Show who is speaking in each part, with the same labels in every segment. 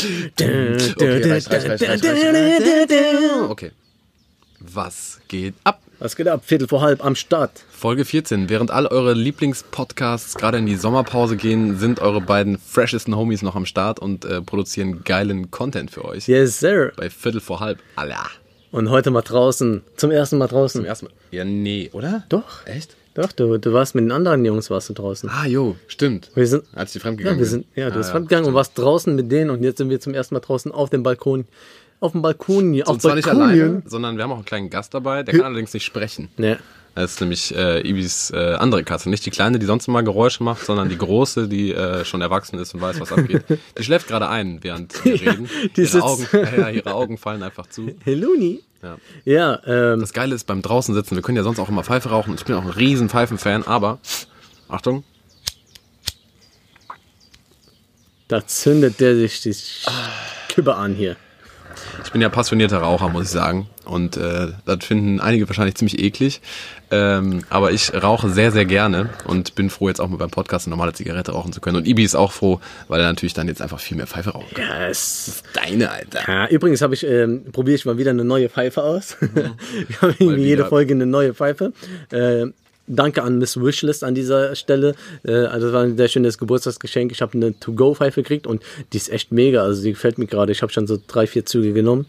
Speaker 1: Okay, reicht, reicht, reicht, reicht, reicht. Okay. Was geht ab?
Speaker 2: Was geht ab? Viertel vor halb am Start.
Speaker 1: Folge 14. Während all eure Lieblingspodcasts gerade in die Sommerpause gehen, sind eure beiden freshesten Homies noch am Start und äh, produzieren geilen Content für euch.
Speaker 2: Yes, sir.
Speaker 1: Bei Viertel vor halb. Alla.
Speaker 2: Und heute mal draußen. Zum ersten Mal draußen.
Speaker 1: Zum ersten Mal. Ja, nee, oder?
Speaker 2: Doch.
Speaker 1: Echt?
Speaker 2: Doch, du, du warst mit den anderen Jungs warst du draußen.
Speaker 1: Ah, jo, stimmt.
Speaker 2: Wir sind,
Speaker 1: Als die
Speaker 2: ja,
Speaker 1: fremdgegangen
Speaker 2: wir sind, ja, du bist fremdgegangen und
Speaker 1: Ah, stimmt.
Speaker 2: warst draußen mit denen und jetzt sind wir zum ersten Mal draußen auf dem Balkon. Auf dem Balkon hier. Auf
Speaker 1: Und zwar nicht alleine,
Speaker 2: Balkonien.
Speaker 1: sondern wir haben auch einen kleinen Gast dabei, der kann allerdings nicht sprechen.
Speaker 2: Nee.
Speaker 1: Das ist nämlich äh, Ibis äh, andere Katze. Nicht die kleine, die sonst immer Geräusche macht, sondern die große, die äh, schon erwachsen ist und weiß, was abgeht. Die schläft gerade ein, während wir reden.
Speaker 2: die
Speaker 1: ihre,
Speaker 2: sitzt-
Speaker 1: Augen, ja, ja, ihre Augen fallen einfach zu.
Speaker 2: Heluni.
Speaker 1: Ja.
Speaker 2: Ja, ähm,
Speaker 1: Das Geile ist beim draußen sitzen, wir können ja sonst auch immer Pfeife rauchen. Ich bin auch ein riesen Pfeifenfan, aber Achtung,
Speaker 2: da zündet der sich die
Speaker 1: Ah.
Speaker 2: Kübbe an hier.
Speaker 1: ich bin ja passionierter Raucher, muss ich sagen. Und äh, das finden einige wahrscheinlich ziemlich eklig. Ähm, aber ich rauche sehr, sehr gerne und bin froh, jetzt auch mal beim Podcast eine normale Zigarette rauchen zu können. Und Ibi ist auch froh, weil er natürlich dann jetzt einfach viel mehr Pfeife rauchen kann.
Speaker 2: Yes.
Speaker 1: Deine, Alter.
Speaker 2: Ja, Ah, übrigens habe ich, ähm, probiere ich mal wieder eine neue Pfeife aus. Wir haben irgendwie jede
Speaker 1: Mhm. wieder.
Speaker 2: Folge eine neue Pfeife. Ähm, danke an Miss Wishlist an dieser Stelle. Äh, also das war ein sehr schönes Geburtstagsgeschenk. Ich habe eine To-Go-Pfeife gekriegt und die ist echt mega. Also die gefällt mir gerade. Ich habe schon so drei, vier Züge genommen.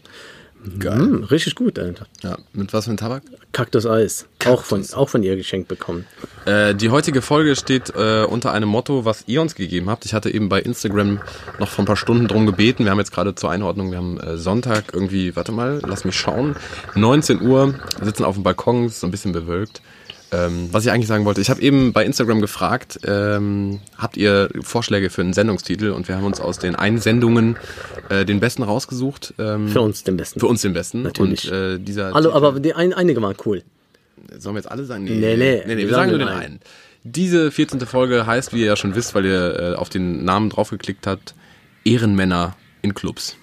Speaker 1: Geil.
Speaker 2: Hm, richtig gut, Alter.
Speaker 1: Ja, mit was für einem Tabak?
Speaker 2: Kaktus Eis. Auch, von, auch von ihr geschenkt bekommen.
Speaker 1: Äh, die heutige Folge steht äh, unter einem Motto, was ihr uns gegeben habt. Ich hatte eben bei Instagram noch vor ein paar Stunden drum gebeten. Wir haben jetzt gerade zur Einordnung, wir haben äh, Sonntag irgendwie, warte mal, lass mich schauen. 19 Uhr, sitzen auf dem Balkon, ist so ein bisschen bewölkt. Ähm, was ich eigentlich sagen wollte, ich habe eben bei Instagram gefragt, ähm, habt ihr Vorschläge für einen Sendungstitel? Und wir haben uns aus den Einsendungen äh, den besten rausgesucht. Ähm,
Speaker 2: Für uns den besten.
Speaker 1: Für uns den besten.
Speaker 2: Natürlich.
Speaker 1: Und äh, dieser
Speaker 2: Hallo,
Speaker 1: Titel-
Speaker 2: aber die ein, einige waren cool.
Speaker 1: Sollen wir jetzt alle sagen? Nee,
Speaker 2: Nee, nee,
Speaker 1: nee, wir sagen nur den einen. Diese 14. Folge heißt, wie ihr ja schon wisst, weil ihr äh, auf den Namen draufgeklickt habt, Ehrenmänner in Clubs.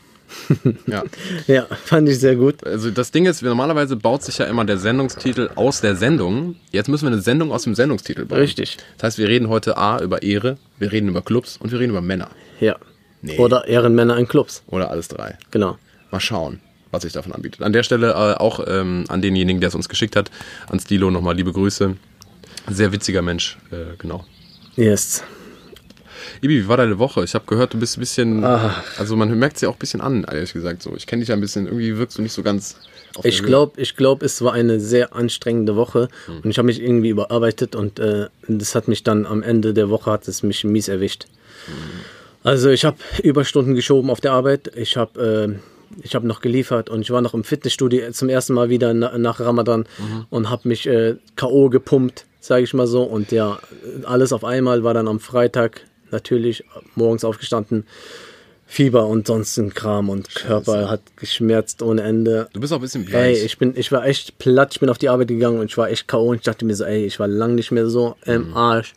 Speaker 1: ja.
Speaker 2: Ja, fand ich sehr gut.
Speaker 1: Also das Ding ist, wir normalerweise baut sich ja immer der Sendungstitel aus der Sendung. Jetzt müssen wir eine Sendung aus dem Sendungstitel bauen.
Speaker 2: Richtig.
Speaker 1: Das heißt, wir reden heute A über Ehre, wir reden über Clubs und wir reden über Männer.
Speaker 2: Ja.
Speaker 1: Nee.
Speaker 2: Oder Ehrenmänner in Clubs.
Speaker 1: Oder alles drei.
Speaker 2: Genau.
Speaker 1: Mal schauen, was sich davon anbietet. An der Stelle äh, auch ähm, an denjenigen, der es uns geschickt hat, an Stilo nochmal liebe Grüße. Sehr witziger Mensch, äh, genau.
Speaker 2: Yes.
Speaker 1: Ibi, wie war deine Woche? Ich habe gehört, du bist ein bisschen, also man merkt sie auch ein bisschen an, ehrlich gesagt so. Ich kenne dich ja ein bisschen, irgendwie wirkst du nicht so ganz auf der
Speaker 2: Ich
Speaker 1: Höhe. Hm.
Speaker 2: glaube, ich glaub, es war eine sehr anstrengende Woche und ich habe mich irgendwie überarbeitet und äh, das hat mich dann am Ende der Woche hat es mich mies erwischt.
Speaker 1: Hm.
Speaker 2: Also ich habe Überstunden geschoben auf der Arbeit, ich habe äh, ich hab noch geliefert und ich war noch im Fitnessstudio zum ersten Mal wieder na, nach Ramadan
Speaker 1: Mhm.
Speaker 2: und habe mich äh, KO gepumpt, sage ich mal so. Und ja, alles auf einmal war dann am Freitag natürlich morgens aufgestanden. Fieber und sonst ein Kram und Körper hat geschmerzt ohne Ende.
Speaker 1: Du bist auch ein bisschen
Speaker 2: Ey,
Speaker 1: bleich.
Speaker 2: ich bin, ich war echt platt. Ich bin auf die Arbeit gegangen und ich war echt K.O. und ich dachte mir so, ey, ich war lang nicht mehr so im Arsch.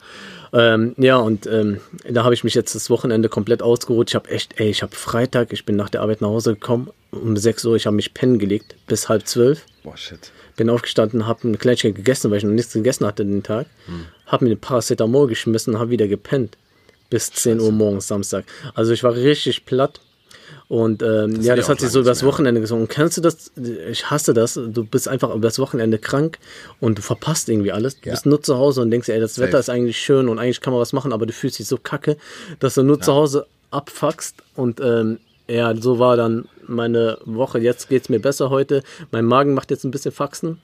Speaker 2: Ähm, ja, und ähm, da habe ich mich jetzt das Wochenende komplett ausgeruht. Ich habe echt, ey, ich habe Freitag, ich bin nach der Arbeit nach Hause gekommen um 6 Uhr, ich habe mich pennen gelegt bis halb zwölf.
Speaker 1: Boah, shit.
Speaker 2: Bin aufgestanden, habe eine Kleinigkeit gegessen, weil ich noch nichts gegessen hatte den Tag. Habe mir ein Paracetamol geschmissen und habe wieder gepennt. Bis 10 Uhr morgens Samstag. Also ich war richtig platt. Und ähm, ja,
Speaker 1: hab ich
Speaker 2: das
Speaker 1: auch
Speaker 2: hat sich
Speaker 1: lange
Speaker 2: so
Speaker 1: nicht
Speaker 2: über das
Speaker 1: mehr.
Speaker 2: Wochenende gesungen. Und kennst du das? Ich hasse das. Du bist einfach über das Wochenende krank und du verpasst irgendwie alles. Du bist nur zu Hause und denkst, ey, das Wetter ist eigentlich schön und eigentlich kann man was machen, aber du fühlst dich so kacke, dass du nur zu Hause abfuckst. Und ähm, ja, so war dann meine Woche. Jetzt geht's mir besser heute. Mein Magen macht jetzt ein bisschen Faxen.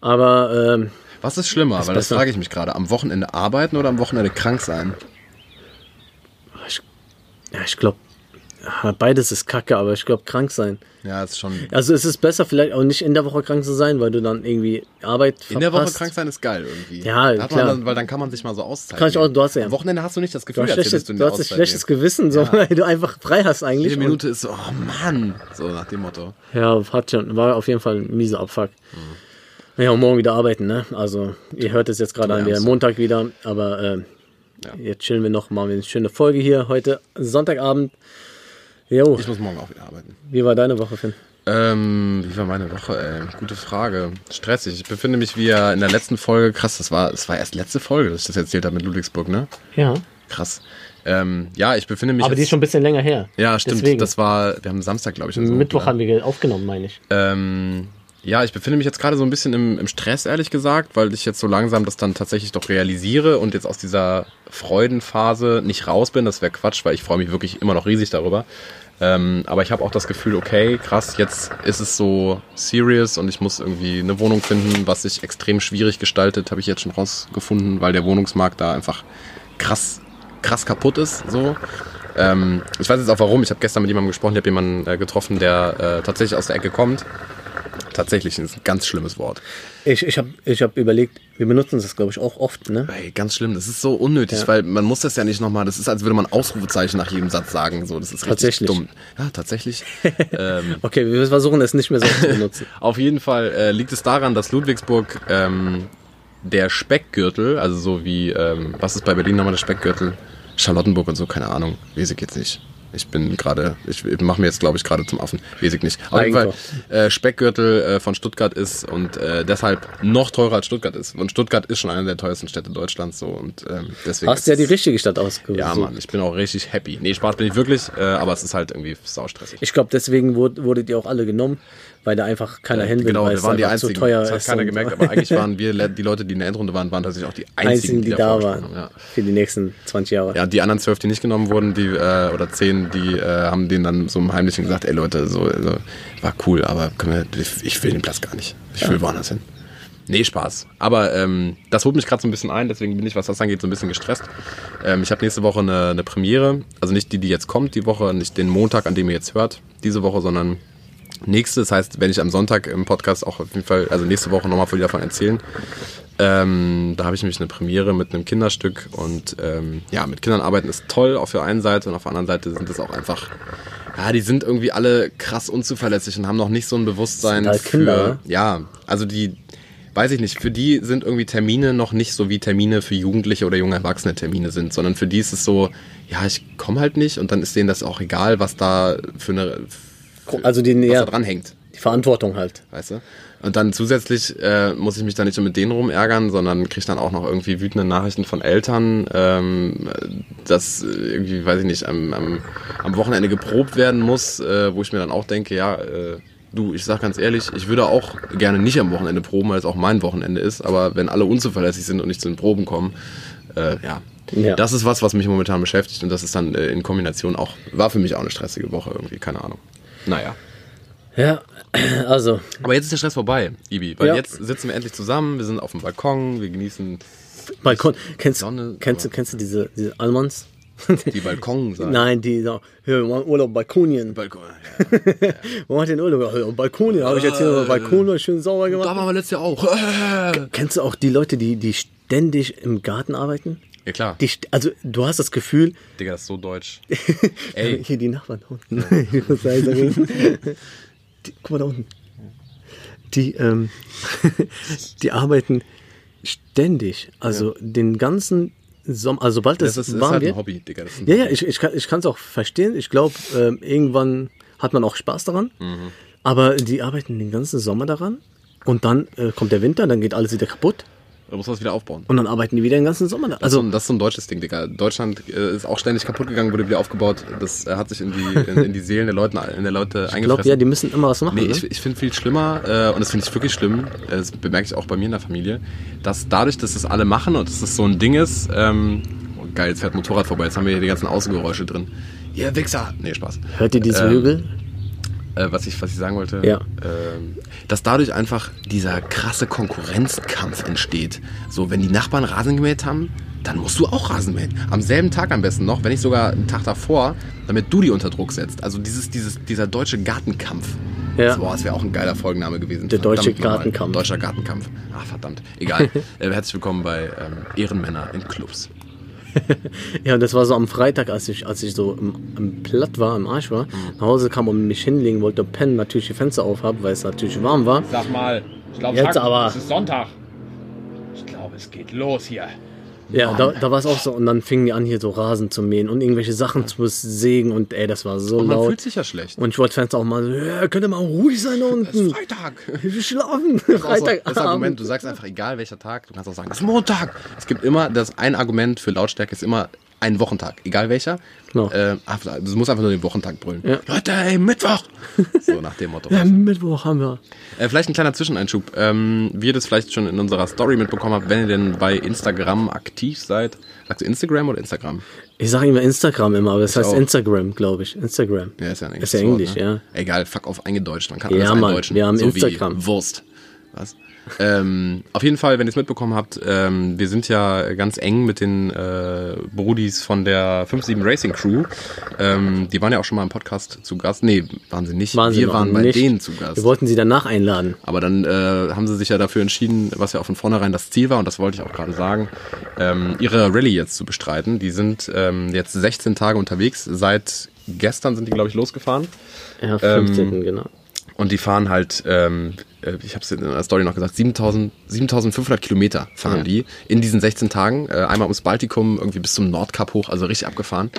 Speaker 2: Aber ähm,
Speaker 1: Was ist schlimmer? Weil das
Speaker 2: besser.
Speaker 1: frage ich mich gerade. Am Wochenende arbeiten oder am Wochenende krank sein?
Speaker 2: ich, ja, ich glaube, beides ist kacke, aber ich glaube, krank sein.
Speaker 1: Ja, ist schon.
Speaker 2: Also es ist besser vielleicht auch nicht in der Woche krank zu sein, weil du dann irgendwie Arbeit verpasst.
Speaker 1: In der Woche krank sein ist geil irgendwie.
Speaker 2: Ja,
Speaker 1: Da hat
Speaker 2: klar.
Speaker 1: Man dann, weil dann kann man sich mal so auszeiten.
Speaker 2: Kann ich auch- du hast ja-
Speaker 1: Am Wochenende hast du nicht das
Speaker 2: Du
Speaker 1: Gefühl,
Speaker 2: hast,
Speaker 1: als
Speaker 2: schlechtes,
Speaker 1: hättest du
Speaker 2: du hast ein schlechtes Gewissen, so, weil du einfach frei hast eigentlich.
Speaker 1: Jede Minute ist so, oh Mann. So nach dem Motto.
Speaker 2: Und, ja, hat schon, war auf jeden Fall ein mieser Abfuck.
Speaker 1: Mhm.
Speaker 2: Ja, und morgen wieder arbeiten, ne? Also, ihr hört es jetzt gerade an, der
Speaker 1: Ernst.
Speaker 2: Montag wieder, aber äh, jetzt chillen wir noch, machen wir eine schöne Folge hier heute, Sonntagabend. Jo,
Speaker 1: Ich muss morgen auch wieder arbeiten.
Speaker 2: wie war deine Woche, Finn?
Speaker 1: Ähm, wie war meine Woche, ey? Gute Frage. Stressig. Ich befinde mich wie ja in der letzten Folge, krass, das war, das war erst letzte Folge, dass ich das erzählt habe mit Ludwigsburg, ne?
Speaker 2: Ja.
Speaker 1: Krass. Ähm, ja, ich befinde mich.
Speaker 2: Aber die ist
Speaker 1: jetzt-
Speaker 2: schon ein bisschen länger her.
Speaker 1: ja, stimmt.
Speaker 2: Deswegen.
Speaker 1: Das war, wir haben Samstag, glaube ich. oder so
Speaker 2: Mittwoch
Speaker 1: hochgeladen.
Speaker 2: haben wir aufgenommen, meine ich.
Speaker 1: Ähm, ja, ich befinde mich jetzt gerade so ein bisschen im, im Stress, ehrlich gesagt, weil ich jetzt so langsam das dann tatsächlich doch realisiere und jetzt aus dieser Freudenphase nicht raus bin. Das wäre Quatsch, weil ich freue mich wirklich immer noch riesig darüber. Ähm, aber ich habe auch das Gefühl, okay, krass, jetzt ist es so serious und ich muss irgendwie eine Wohnung finden, was sich extrem schwierig gestaltet, habe ich jetzt schon rausgefunden, weil der Wohnungsmarkt da einfach krass, krass kaputt ist. So. Ähm, ich weiß jetzt auch warum. Ich habe gestern mit jemandem gesprochen, ich habe jemanden äh, getroffen, der äh, tatsächlich aus der Ecke kommt. Tatsächlich ist ein ganz schlimmes Wort.
Speaker 2: Ich, ich habe ich hab überlegt, wir benutzen das, glaube ich, auch oft, ne?
Speaker 1: Ey, ganz schlimm. Das ist so unnötig,
Speaker 2: Ja.
Speaker 1: weil man muss das ja nicht nochmal. Das ist, als würde man Ausrufezeichen nach jedem Satz sagen. So, das ist richtig
Speaker 2: Tatsächlich.
Speaker 1: dumm. Ja, tatsächlich. ähm,
Speaker 2: Okay, wir versuchen es nicht mehr so oft zu benutzen.
Speaker 1: Auf jeden Fall äh, liegt es daran, dass Ludwigsburg ähm, der Speckgürtel, also so wie, ähm, was ist bei Berlin nochmal der Speckgürtel? Charlottenburg und so, keine Ahnung. Wesig jetzt nicht. Ich bin gerade, ich mache mir jetzt, glaube ich, gerade zum Affen. Wesig nicht. Auf jeden Fall,
Speaker 2: Eigentor.
Speaker 1: äh, Speckgürtel äh, von Stuttgart ist und äh, deshalb noch teurer als Stuttgart ist. Und Stuttgart ist schon eine der teuersten Städte Deutschlands so und ähm, deswegen.
Speaker 2: Hast ja die
Speaker 1: ist es-
Speaker 2: richtige Stadt ausgesucht.
Speaker 1: Ja, Mann, ich bin auch richtig happy. Nee, Spaß bin ich wirklich, äh, aber es ist halt irgendwie saustressig.
Speaker 2: Ich glaube, deswegen wurde, wurdet ihr auch alle genommen, weil da einfach keiner hin will,
Speaker 1: Genau,
Speaker 2: weil
Speaker 1: wir
Speaker 2: es
Speaker 1: waren die
Speaker 2: einfach
Speaker 1: einzigen.
Speaker 2: zu teuer
Speaker 1: das hat
Speaker 2: ist.
Speaker 1: keiner
Speaker 2: und-
Speaker 1: gemerkt, aber eigentlich waren wir le- die Leute, die in der Endrunde waren, waren tatsächlich auch die einzigen,
Speaker 2: einzigen, die da
Speaker 1: davor
Speaker 2: waren
Speaker 1: gesprungen haben,
Speaker 2: für die nächsten 20 Jahre.
Speaker 1: Ja. ja, die anderen zwölf, die nicht genommen wurden, die äh, oder zehn, die äh, haben denen dann so im Heimlichen gesagt: Ey Leute, so also, war cool, aber können wir, ich will den Platz gar nicht. Ich will woanders hin. Nee, Spaß. Aber ähm, das holt mich gerade so ein bisschen ein, deswegen bin ich, was das angeht, so ein bisschen gestresst. Ähm, ich habe nächste Woche eine, eine Premiere, also nicht die, die jetzt kommt, die Woche, nicht den Montag, an dem ihr jetzt hört, diese Woche, sondern nächste. Das heißt, wenn ich am Sonntag im Podcast auch auf jeden Fall, also nächste Woche nochmal wieder davon erzählen. Ähm, da habe ich nämlich eine Premiere mit einem Kinderstück und ähm, ja, mit Kindern arbeiten ist toll auf der einen Seite und auf der anderen Seite sind es auch einfach, ja, die sind irgendwie alle krass unzuverlässig und haben noch nicht so ein Bewusstsein
Speaker 2: Sind halt
Speaker 1: für,
Speaker 2: Kinder, ne?
Speaker 1: ja, also die, weiß ich nicht, für die sind irgendwie Termine noch nicht so wie Termine für Jugendliche oder junge Erwachsene Termine sind, sondern für die ist es so, ja, ich komme halt nicht und dann ist denen das auch egal, was da für eine,
Speaker 2: Also die,
Speaker 1: was
Speaker 2: ja,
Speaker 1: da dran hängt.
Speaker 2: die Verantwortung halt.
Speaker 1: Weißt du? Und dann zusätzlich äh, muss ich mich dann nicht nur mit denen rumärgern, sondern kriege dann auch noch irgendwie wütende Nachrichten von Eltern, ähm, dass äh, irgendwie, weiß ich nicht, am, am, am Wochenende geprobt werden muss, äh, wo ich mir dann auch denke, ja, äh, du, ich sag ganz ehrlich, ich würde auch gerne nicht am Wochenende proben, weil es auch mein Wochenende ist, aber wenn alle unzuverlässig sind und nicht zu den Proben kommen, äh, ja.
Speaker 2: Ja.
Speaker 1: Das ist was, was mich momentan beschäftigt und das ist dann äh, in Kombination auch, war für mich auch eine stressige Woche irgendwie, keine Ahnung. Naja.
Speaker 2: Ja, also
Speaker 1: Aber jetzt ist der Stress vorbei, Ibi, weil
Speaker 2: Ja.
Speaker 1: jetzt sitzen wir endlich zusammen, wir sind auf dem Balkon, wir genießen
Speaker 2: Balkon. Kennst,
Speaker 1: Sonne-
Speaker 2: kennst, du, kennst du diese, diese Almans?
Speaker 1: die Balkonseite.
Speaker 2: Nein, die so, hier, wir machen Urlaub Balkonien.
Speaker 1: Balkon.
Speaker 2: Wo macht den Urlaub? Ja, Balkonien, habe ich jetzt hier
Speaker 1: Äh.
Speaker 2: so Balkon noch schön sauber
Speaker 1: Da
Speaker 2: gemacht.
Speaker 1: waren wir letztes Jahr auch.
Speaker 2: Kennst du auch die Leute, die, die ständig im Garten arbeiten?
Speaker 1: Ja klar,
Speaker 2: Die, st- also du hast das Gefühl,
Speaker 1: Digga, das ist so deutsch. Ey.
Speaker 2: hier die Nachbarn da unten. Ich muss leiser reden. Die, guck mal da unten. Die, ähm, die arbeiten ständig, also den ganzen Sommer, also sobald es
Speaker 1: Das ist, ist
Speaker 2: warm
Speaker 1: halt
Speaker 2: wird.
Speaker 1: ein Hobby, Digga. Das ist ein
Speaker 2: Ja, ja, ich, ich kann es auch verstehen. Ich glaube, ähm, irgendwann hat man auch Spaß daran.
Speaker 1: Mhm.
Speaker 2: Aber die arbeiten den ganzen Sommer daran. Und dann äh, kommt der Winter, dann geht alles wieder kaputt.
Speaker 1: Da muss man es wieder aufbauen.
Speaker 2: Und dann arbeiten die wieder den ganzen Sommer daran. Also,
Speaker 1: Also, das ist so ein deutsches Ding, Digga. Deutschland äh, ist auch ständig kaputt gegangen, wurde wieder aufgebaut. Das äh, hat sich in die, in, in die Seelen der Leute, in der Leute
Speaker 2: ich
Speaker 1: eingefressen.
Speaker 2: glaube, ja, die müssen immer was machen.
Speaker 1: Nee,
Speaker 2: ne?
Speaker 1: ich, ich finde viel schlimmer, äh, und das finde ich wirklich schlimm, äh, das bemerke ich auch bei mir in der Familie, dass dadurch, dass das alle machen und dass das so ein Ding ist, ähm, oh, geil, jetzt fährt ein Motorrad vorbei, jetzt haben wir hier die ganzen Außengeräusche drin. Ihr Wichser! Nee, Spaß.
Speaker 2: Hört ihr diese
Speaker 1: Ähm,
Speaker 2: Hügel?
Speaker 1: Äh, was, ich, was ich sagen wollte,
Speaker 2: Ja.
Speaker 1: ähm, dass dadurch einfach dieser krasse Konkurrenzkampf entsteht. So, wenn die Nachbarn Rasen gemäht haben, dann musst du auch Rasen mähen. Am selben Tag am besten noch, wenn nicht sogar einen Tag davor, damit du die unter Druck setzt. Also dieses, dieses, dieser deutsche Gartenkampf.
Speaker 2: Ja.
Speaker 1: So, boah, das wäre auch ein geiler Folgenname gewesen.
Speaker 2: Der deutsche
Speaker 1: nochmal.
Speaker 2: Gartenkampf.
Speaker 1: Deutscher Gartenkampf. Ah, verdammt. Egal. äh, herzlich willkommen bei ähm, Ehrenmänner in Clubs.
Speaker 2: Ja, das war so am Freitag, als ich, als ich so im, im Platt war, im Arsch
Speaker 1: Mhm.
Speaker 2: war, nach Hause kam und mich hinlegen wollte, pennen, natürlich die Fenster aufhaben, weil es natürlich warm war.
Speaker 3: Sag mal, ich glaube,
Speaker 2: Jetzt aber.
Speaker 3: es ist Sonntag. Ich glaube, es geht los hier.
Speaker 2: Ja, da, da war es auch so. Und dann fingen die an, hier so Rasen zu mähen und irgendwelche Sachen zu sägen. Und ey, das war so
Speaker 1: Und man
Speaker 2: laut.
Speaker 1: fühlt sich ja schlecht.
Speaker 2: Und ich wollte Fenster auch mal so, ja, könnt ihr mal ruhig sein da unten.
Speaker 1: Freitag.
Speaker 2: Wir schlafen.
Speaker 1: Das, ist auch so-
Speaker 2: Freitag.
Speaker 1: das Argument, du sagst einfach, egal welcher Tag, du kannst auch sagen, es ist Montag. Es gibt immer, das ein Argument für Lautstärke ist immer ein Wochentag, egal welcher.
Speaker 2: Genau.
Speaker 1: Äh, du musst einfach nur den Wochentag brüllen.
Speaker 2: Ja.
Speaker 1: Leute, ey, Mittwoch! So nach dem Motto.
Speaker 2: Ja, Ähm, Mittwoch haben wir.
Speaker 1: Äh, vielleicht ein kleiner Zwischeneinschub. Ähm, wie ihr das vielleicht schon in unserer Story mitbekommen habt, wenn ihr denn bei Instagram aktiv seid, sagst du Instagram oder Instagram?
Speaker 2: Ich sage immer Instagram immer, aber es heißt
Speaker 1: auch.
Speaker 2: Instagram, glaube ich. Instagram.
Speaker 1: Ja, ist ja ein
Speaker 2: Ist
Speaker 1: englisches
Speaker 2: ja Englisch,
Speaker 1: Wort, ne? Egal, fuck auf eingedeutscht. Man kann alles
Speaker 2: Ja, Mann,
Speaker 1: eindeutschen.
Speaker 2: wir haben
Speaker 1: so Wie
Speaker 2: Instagram.
Speaker 1: Wurst. Was? ähm, auf jeden Fall, wenn ihr es mitbekommen habt, ähm, wir sind ja ganz eng mit den äh, Brudis von der 57 Racing Crew. Ähm, die waren ja auch schon mal im Podcast zu Gast. Nee, waren sie nicht.
Speaker 2: Waren sie
Speaker 1: wir
Speaker 2: noch
Speaker 1: waren bei
Speaker 2: nicht.
Speaker 1: denen zu Gast.
Speaker 2: Wir wollten sie danach einladen.
Speaker 1: Aber dann äh, haben sie sich ja dafür entschieden, was ja auch von vornherein das Ziel war, und das wollte ich auch gerade sagen, ähm, ihre Rallye jetzt zu bestreiten. Die sind ähm, jetzt 16 Tage unterwegs. Seit gestern sind die, glaube ich, losgefahren. Ähm,
Speaker 2: Ja, 15. genau.
Speaker 1: Und die fahren halt, ähm, äh, ich habe es in der Story noch gesagt, 7000, 7500 Kilometer fahren
Speaker 2: Ja.
Speaker 1: die in diesen 16 Tagen. Äh, einmal ums Baltikum, irgendwie bis zum Nordkap hoch, also richtig abgefahren.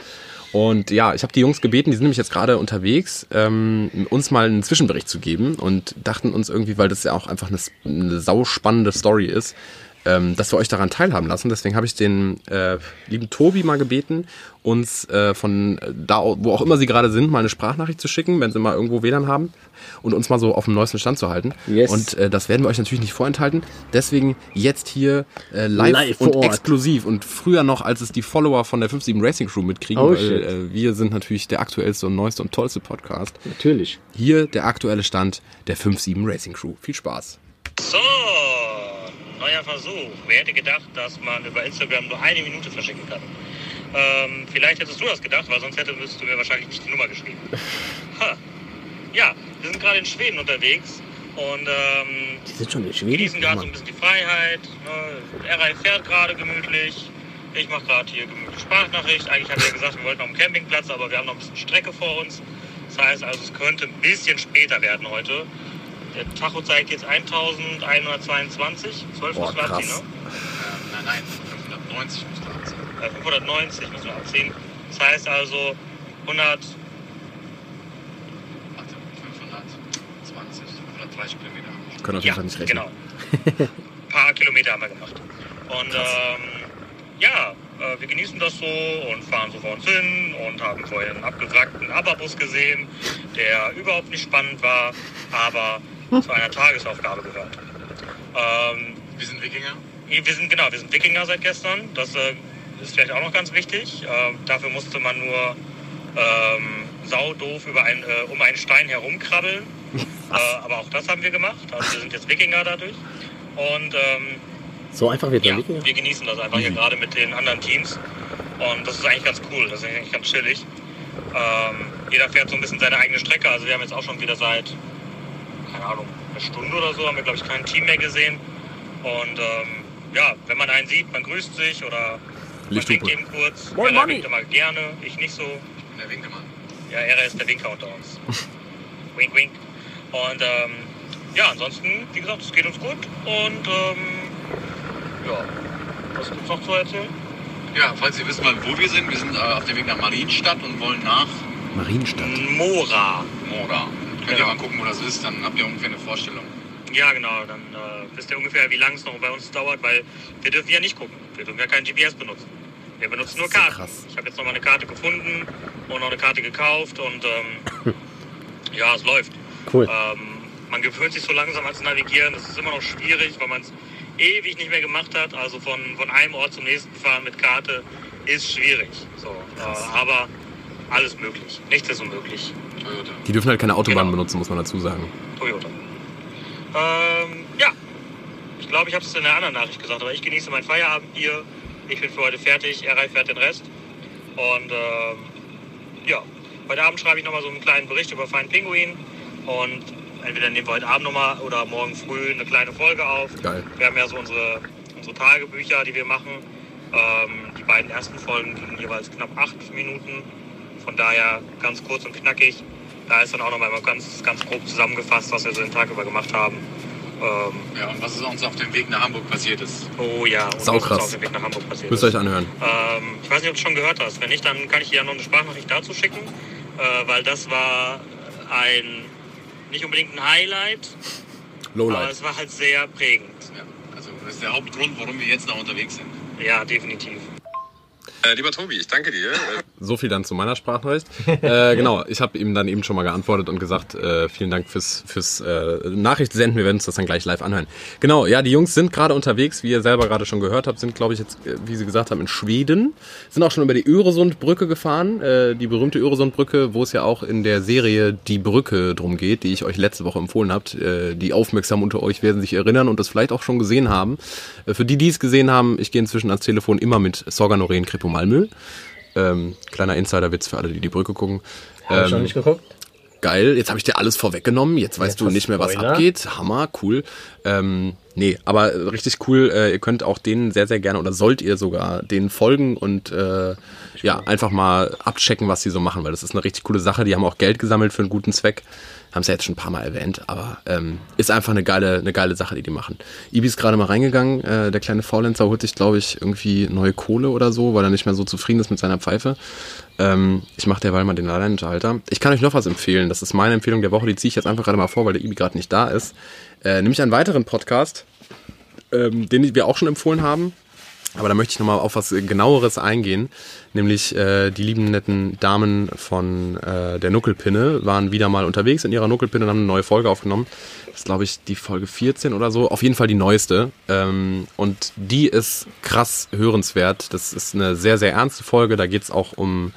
Speaker 1: Und ja, ich habe die Jungs gebeten, die sind nämlich jetzt gerade unterwegs, ähm, uns mal einen Zwischenbericht zu geben und dachten uns irgendwie, weil das ja auch einfach eine, s- eine sauspannende Story ist, ähm, dass wir euch daran teilhaben lassen. Deswegen habe ich den äh, lieben Tobi mal gebeten, uns äh, von da, wo auch immer Sie gerade sind, mal eine Sprachnachricht zu schicken, wenn Sie mal irgendwo WLAN haben und uns mal so auf dem neuesten Stand zu halten.
Speaker 2: Yes.
Speaker 1: Und äh, das werden wir euch natürlich nicht vorenthalten. Deswegen jetzt hier äh, live,
Speaker 2: Live vor
Speaker 1: und
Speaker 2: Ort.
Speaker 1: exklusiv und früher noch, als es die Follower von der 57 Racing Crew mitkriegen,
Speaker 2: Oh,
Speaker 1: weil
Speaker 2: shit.
Speaker 1: äh, wir sind natürlich der aktuellste und neueste und tollste Podcast.
Speaker 2: Natürlich.
Speaker 1: Hier der aktuelle Stand der 57 Racing Crew. Viel Spaß.
Speaker 3: So, neuer Versuch. Wer hätte gedacht, dass man über Instagram nur eine Minute verschicken kann? Ähm, vielleicht hättest du das gedacht, weil sonst hätte, müsstest du mir wahrscheinlich nicht die Nummer geschrieben. Ha. Ja, wir sind gerade in Schweden unterwegs und ähm,
Speaker 2: Die sind schon in Schweden.
Speaker 3: genießen
Speaker 2: Oh
Speaker 3: gerade so ein bisschen die Freiheit. Ne? RI fährt gerade gemütlich. Ich mache gerade hier gemütliche Sprachnachricht. Eigentlich hat er gesagt, wir wollten auf dem Campingplatz, aber wir haben noch ein bisschen Strecke vor uns. Das heißt also, es könnte ein bisschen später werden heute. Der Tacho zeigt jetzt 1122, 12
Speaker 1: Boah,
Speaker 3: bis 20,
Speaker 1: krass.
Speaker 3: ne?
Speaker 4: Nein, nein, 590 muss da sein.
Speaker 3: Äh, 590 müssen wir abziehen. Das heißt also 100,
Speaker 4: Warte, 520, 530 Kilometer.
Speaker 1: Können auf jeden Fall nicht rechnen.
Speaker 3: Genau. Ein paar Kilometer haben wir gemacht. Und ähm, ja, äh, wir genießen das so und fahren so vor uns hin und haben vorhin einen abgewrackten Ababus gesehen, der überhaupt nicht spannend war, aber zu einer Tagesaufgabe gehört. Ähm,
Speaker 4: Wir sind Wikinger.
Speaker 3: wir sind genau, wir sind Wikinger seit gestern. Das äh, ist vielleicht auch noch ganz wichtig. Ähm, dafür musste man nur ähm, saudoof über ein, äh, um einen Stein herumkrabbeln. Äh, aber auch das haben wir gemacht. Also wir sind jetzt Wikinger dadurch. Und ähm,
Speaker 2: So einfach wird
Speaker 3: ja,
Speaker 2: der Wikinger.
Speaker 3: wir genießen das einfach hier gerade mit den anderen Teams. Und das ist eigentlich ganz cool, das ist eigentlich ganz chillig. Ähm, jeder fährt so ein bisschen seine eigene Strecke. Also wir haben jetzt auch schon wieder seit, keine Ahnung, eine Stunde oder so, haben wir, glaube ich, kein Team mehr gesehen. Und ähm, ja, wenn man einen sieht, man grüßt sich oder man
Speaker 1: Lichthupe.
Speaker 3: winkt eben kurz.
Speaker 1: Moin,
Speaker 3: Einer
Speaker 1: Manni.
Speaker 3: winkt immer gerne, ich nicht so.
Speaker 4: Ich bin der Winkelmann.
Speaker 3: Ja, er ist der Winker unter uns. wink, wink. Und ähm, ja, ansonsten, wie gesagt, es geht uns gut. Und ähm, ja, was gibt's noch zu erzählen?
Speaker 4: Ja, falls ihr wissen wollt, wo wir sind, wir sind äh, auf dem Weg nach Marienstadt und wollen nach
Speaker 1: Marienstadt.
Speaker 3: Mora.
Speaker 4: Mora. Könnt ihr
Speaker 3: Genau.
Speaker 4: mal gucken, wo das ist, dann habt ihr ungefähr eine Vorstellung.
Speaker 3: Ja, genau. Dann äh, wisst ihr ungefähr, wie lange es noch bei uns dauert, weil wir dürfen ja nicht gucken. Wir dürfen ja kein GPS benutzen. Wir benutzen nur
Speaker 1: ist so
Speaker 3: Karten.
Speaker 1: krass.
Speaker 3: Ich habe jetzt nochmal eine Karte gefunden und noch eine Karte gekauft und ähm, ja, es läuft.
Speaker 2: Cool.
Speaker 3: Ähm, man gewöhnt sich so langsam ans Navigieren. Das ist immer noch schwierig, weil man es ewig nicht mehr gemacht hat. Also von, von einem Ort zum nächsten fahren mit Karte ist schwierig. So, äh, aber alles möglich. Nichts ist unmöglich.
Speaker 4: Toyota.
Speaker 1: Die dürfen halt keine Autobahn
Speaker 3: Genau.
Speaker 1: benutzen, muss man dazu sagen.
Speaker 3: Toyota. Ähm, ja, ich glaube, ich habe es in einer anderen Nachricht gesagt, aber ich genieße mein Feierabendbier. Ich bin für heute fertig, Errei fährt den Rest. Und ähm, ja, heute Abend schreibe ich nochmal so einen kleinen Bericht über Fein Pinguin. Und entweder nehmen wir heute Abend nochmal oder morgen früh eine kleine Folge auf.
Speaker 1: Geil.
Speaker 3: Wir haben ja so unsere, unsere Tagebücher, die wir machen. Ähm, die beiden ersten Folgen gingen jeweils knapp acht Minuten. Von daher ganz kurz und knackig. Da ist dann auch nochmal mal ganz, ganz grob zusammengefasst, was wir so den Tag über gemacht haben. Ähm,
Speaker 4: Ja, und was ist uns auf dem Weg nach Hamburg passiert ist.
Speaker 3: oh ja, und
Speaker 1: Sau
Speaker 3: was uns
Speaker 1: krass.
Speaker 3: auf dem Weg nach Hamburg passiert
Speaker 1: Müsst ihr euch anhören.
Speaker 3: Ähm, ich weiß nicht, ob du schon gehört hast. Wenn nicht, dann kann ich dir ja noch eine Sprachnachricht dazu schicken, äh, weil das war ein nicht unbedingt ein Highlight, aber
Speaker 1: Lowlight.
Speaker 3: es war halt sehr prägend.
Speaker 4: Ja, also das ist der Hauptgrund, warum wir jetzt noch unterwegs sind.
Speaker 3: Ja, definitiv.
Speaker 5: Äh, lieber Tobi, ich danke dir. Äh,
Speaker 1: So viel dann zu meiner Sprachnachricht. äh, genau, ich habe ihm dann eben schon mal geantwortet und gesagt, äh, vielen Dank fürs, fürs äh, Nachricht senden. Wir werden uns das dann gleich live anhören. Genau, ja, die Jungs sind gerade unterwegs, wie ihr selber gerade schon gehört habt, sind, glaube ich, jetzt, äh, wie sie gesagt haben, in Schweden. Sind auch schon über die Öresundbrücke gefahren, äh, die berühmte Öresundbrücke, wo es ja auch in der Serie Die Brücke drum geht, die ich euch letzte Woche empfohlen habt. Äh, die aufmerksam unter euch werden sich erinnern und das vielleicht auch schon gesehen haben. Äh, für die, die es gesehen haben, ich gehe inzwischen ans Telefon immer mit Sorganoren Kripo Malmö. Ähm, kleiner Insiderwitz für alle, die die Brücke gucken. Ähm,
Speaker 2: Hab ich noch nicht geguckt?
Speaker 1: Geil, jetzt habe ich dir alles vorweggenommen. Jetzt weißt
Speaker 2: Jetzt
Speaker 1: du
Speaker 2: hast
Speaker 1: nicht mehr, was
Speaker 2: Spoiler.
Speaker 1: abgeht. Hammer, cool. Ähm, nee, aber richtig cool. Äh, ihr könnt auch denen sehr, sehr gerne oder sollt ihr sogar denen folgen und äh, ja, einfach mal abchecken, was sie so machen, weil das ist eine richtig coole Sache. Die haben auch Geld gesammelt für einen guten Zweck. Haben es ja jetzt schon ein paar Mal erwähnt, aber ähm, ist einfach eine geile, eine geile Sache, die die machen. Ibi ist gerade mal reingegangen. Äh, der kleine Faulenzer holt sich, glaube ich, irgendwie neue Kohle oder so, weil er nicht mehr so zufrieden ist mit seiner Pfeife. Ähm, ich mache derweil mal den Alleinunterhalter. Ich kann euch noch was empfehlen. Das ist meine Empfehlung der Woche. Die ziehe ich jetzt einfach gerade mal vor, weil der Ibi gerade nicht da ist. Äh, nämlich einen weiteren Podcast, ähm, den wir auch schon empfohlen haben. Aber da möchte ich nochmal auf was äh, genaueres eingehen. Nämlich äh, die lieben netten Damen von äh, der Nuckelpinne waren wieder mal unterwegs in ihrer Nuckelpinne und haben eine neue Folge aufgenommen. Das ist, glaube ich, die Folge 14 oder so. Auf jeden Fall die neueste. Ähm, und die ist krass hörenswert. Das ist eine sehr, sehr ernste Folge. Da geht's auch um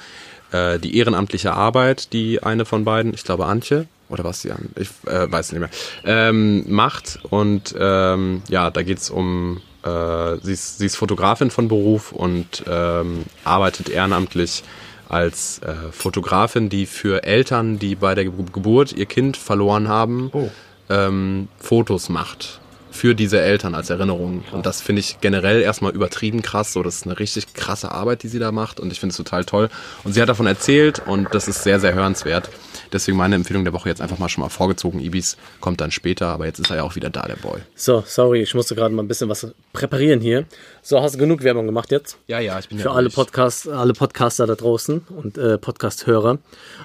Speaker 1: äh, die ehrenamtliche Arbeit, die eine von beiden, ich glaube Antje oder was sie an, ich äh, weiß nicht mehr, ähm, macht. Und ähm, ja, da geht's um, äh, sie, ist, sie ist Fotografin von Beruf und ähm, arbeitet ehrenamtlich als äh, Fotografin, die für Eltern, die bei der Ge- Geburt ihr Kind verloren haben, ähm, Fotos macht für diese Eltern als Erinnerung. Und das finde ich generell erstmal übertrieben krass. So, das ist eine richtig krasse Arbeit, die sie da macht. Und ich finde es total toll. Und sie hat davon erzählt und das ist sehr, sehr hörenswert. Deswegen meine Empfehlung der Woche jetzt einfach mal schon mal vorgezogen. Ibis kommt dann später, aber jetzt ist er ja auch wieder da, der Boy.
Speaker 2: So, sorry, ich musste gerade mal ein bisschen was präparieren hier. So, hast du genug Werbung gemacht jetzt?
Speaker 1: Ja, ja, ich bin
Speaker 2: Für alle, Podcast, alle Podcaster da draußen und äh, Podcast-Hörer.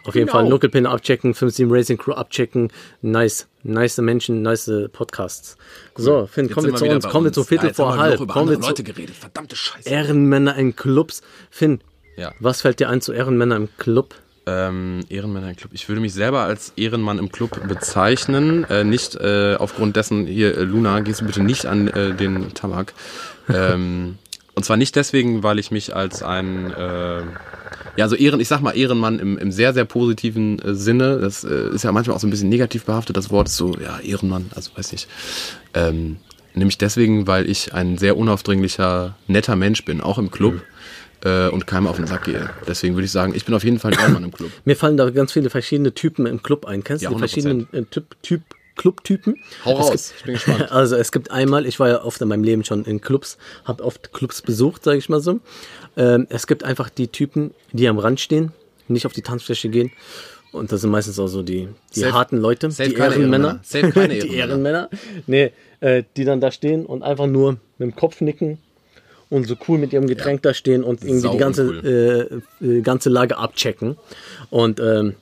Speaker 2: Auf jeden Fall Nuckelpin abchecken, 57 Racing Crew abchecken. Nice. Nice Menschen, nice äh, Podcasts. So, Finn, kommen wir zu uns. Kommen wir zu Viertel vor halb. Kommen wir zu
Speaker 1: Leute geredet. Verdammte Scheiße.
Speaker 2: Ehrenmänner in Clubs. Finn,
Speaker 1: Ja.
Speaker 2: was fällt dir ein zu Ehrenmänner im Club?
Speaker 1: Ähm, Ehrenmänner im Club. Ich würde mich selber als Ehrenmann im Club bezeichnen. Äh, nicht äh, aufgrund dessen, hier, äh, Luna, gehst du bitte nicht an äh, den Tabak. Ähm, und zwar nicht deswegen, weil ich mich als ein, äh, ja, so Ehren, ich sag mal Ehrenmann im, im sehr, sehr positiven äh, Sinne. Das äh, ist ja manchmal auch so ein bisschen negativ behaftet, das Wort ist so, ja, Ehrenmann, also weiß nicht. Ähm, nämlich deswegen, weil ich ein sehr unaufdringlicher, netter Mensch bin, auch im Club. Äh, und keinem auf den Sack gehe. Deswegen würde ich sagen, ich bin auf jeden Fall ein Ehrenmann im Club.
Speaker 2: Mir fallen da ganz viele verschiedene Typen im Club ein. Kennst
Speaker 1: Ja,
Speaker 2: du die
Speaker 1: 100%.
Speaker 2: verschiedenen äh, typ, typ, Club-Typen?
Speaker 1: Hau
Speaker 2: Es
Speaker 1: raus, ich bin gespannt.
Speaker 2: Also es gibt einmal, ich war ja oft in meinem Leben schon in Clubs, habe oft Clubs besucht, sage ich mal so. Ähm, es gibt einfach die Typen, die am Rand stehen, nicht auf die Tanzfläche gehen. Und das sind meistens auch so die, die
Speaker 1: Safe-
Speaker 2: harten Leute,
Speaker 1: safe
Speaker 2: die
Speaker 1: keine
Speaker 2: Ehrenmänner.
Speaker 1: Ehrenmänner. Safe keine
Speaker 2: die
Speaker 1: Ehrenmänner.
Speaker 2: Ehrenmänner. Nee, äh, die dann da stehen und einfach nur mit dem Kopf nicken und so cool mit ihrem Getränk da stehen und irgendwie
Speaker 1: Sau
Speaker 2: die ganze, äh, äh, ganze Lage abchecken. Und ähm,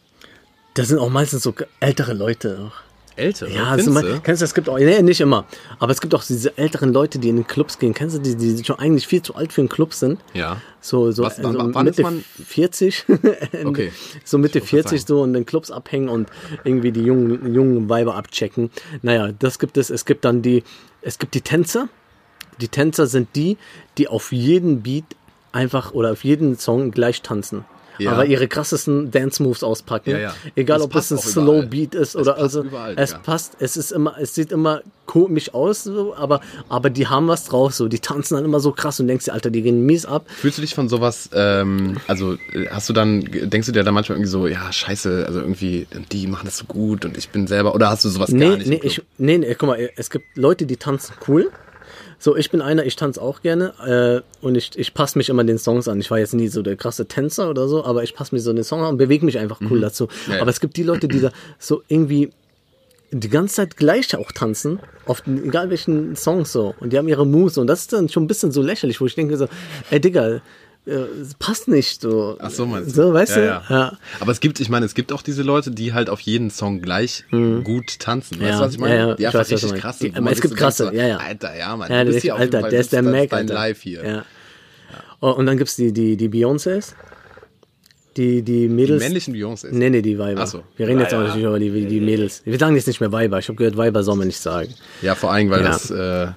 Speaker 2: das sind auch meistens so ältere Leute auch.
Speaker 1: Ältere?
Speaker 2: Ja, das sind mal, kennst du, es gibt auch, nee, nicht immer, aber es gibt auch diese älteren Leute, die in den Clubs gehen, kennst du, die, die schon eigentlich viel zu alt für einen Club sind.
Speaker 1: Ja.
Speaker 2: So, so,
Speaker 1: Was-
Speaker 2: so
Speaker 1: wann- wann ist
Speaker 2: Mitte
Speaker 1: man-
Speaker 2: 40, Ende-
Speaker 1: Okay.
Speaker 2: so Mitte
Speaker 1: wollte gerade
Speaker 2: 40 so in den Clubs abhängen und irgendwie die jungen, jungen Weiber abchecken. Naja, das gibt es, es gibt dann die, es gibt die Tänzer, die Tänzer sind die, die auf jeden Beat einfach oder auf jeden Song gleich tanzen.
Speaker 1: Ja.
Speaker 2: Aber ihre krassesten Dance-Moves auspacken.
Speaker 1: Ja, ja.
Speaker 2: Egal,
Speaker 1: Das
Speaker 2: ob es
Speaker 1: passt
Speaker 2: ein
Speaker 1: auch überall.
Speaker 2: Slow-Beat ist
Speaker 1: Es
Speaker 2: oder
Speaker 1: passt
Speaker 2: also,
Speaker 1: überall,
Speaker 2: es
Speaker 1: Digga.
Speaker 2: passt, es ist immer, es sieht immer komisch aus, so, aber, aber die haben was drauf, so, die tanzen dann immer so krass und denkst dir, Alter, die gehen mies ab.
Speaker 1: Fühlst du dich von sowas, ähm, also äh, hast du dann, denkst du dir dann manchmal irgendwie so, ja, scheiße, also irgendwie, die machen das so gut und ich bin selber, oder hast du sowas
Speaker 2: Nee,
Speaker 1: gar nicht? im
Speaker 2: nee,
Speaker 1: Club?
Speaker 2: ich, nee, nee, guck mal, es gibt Leute, die tanzen cool. So, ich bin einer, ich tanze auch gerne äh, und ich, ich passe mich immer den Songs an. Ich war jetzt nie so der krasse Tänzer oder so, aber ich passe mir so den Song an und bewege mich einfach cool dazu.
Speaker 1: Mhm. Ja, ja.
Speaker 2: Aber es gibt die Leute, die da so irgendwie die ganze Zeit gleich auch tanzen, auf den, egal welchen Song so. Und die haben ihre Moves und das ist dann schon ein bisschen so lächerlich, wo ich denke so, ey Digga, äh, es passt nicht so.
Speaker 1: Ach so, meinst du?
Speaker 2: So, weißt
Speaker 1: ja,
Speaker 2: du?
Speaker 1: Ja.
Speaker 2: Ja.
Speaker 1: Aber es gibt, ich meine, es gibt auch diese Leute, die halt auf jeden Song gleich gut tanzen. Weißt
Speaker 2: Mhm. Ja,
Speaker 1: du, was ich meine?
Speaker 2: ja, ja,
Speaker 1: die
Speaker 2: ich
Speaker 1: einfach
Speaker 2: weiß, was du
Speaker 1: richtig
Speaker 2: meinst.
Speaker 1: krass
Speaker 2: Die-
Speaker 1: sind. wo
Speaker 2: aber
Speaker 1: man
Speaker 2: es
Speaker 1: sich
Speaker 2: gibt
Speaker 1: so denkt,
Speaker 2: krasse,
Speaker 1: so,
Speaker 2: ja, ja.
Speaker 1: Alter, ja, Mann.
Speaker 2: Ja,
Speaker 1: du bist
Speaker 2: der-
Speaker 1: hier auf
Speaker 2: Alter,
Speaker 1: jeden Fall,
Speaker 2: der ist der
Speaker 1: das
Speaker 2: Mac,
Speaker 1: dein
Speaker 2: Alter.
Speaker 1: Live hier.
Speaker 2: Ja. Oh, und dann gibt es die, die, die Beyoncés, die, die Mädels.
Speaker 1: Männlichen Beyoncé.
Speaker 2: Nee, nee, die Weiber.
Speaker 1: Ach so.
Speaker 2: Wir reden jetzt auch nicht über die, die Mädels. Wir sagen jetzt nicht mehr Weiber. Ich habe gehört, Weiber soll man nicht sagen.
Speaker 1: Ja, vor allem, weil
Speaker 2: Ja.
Speaker 1: das äh,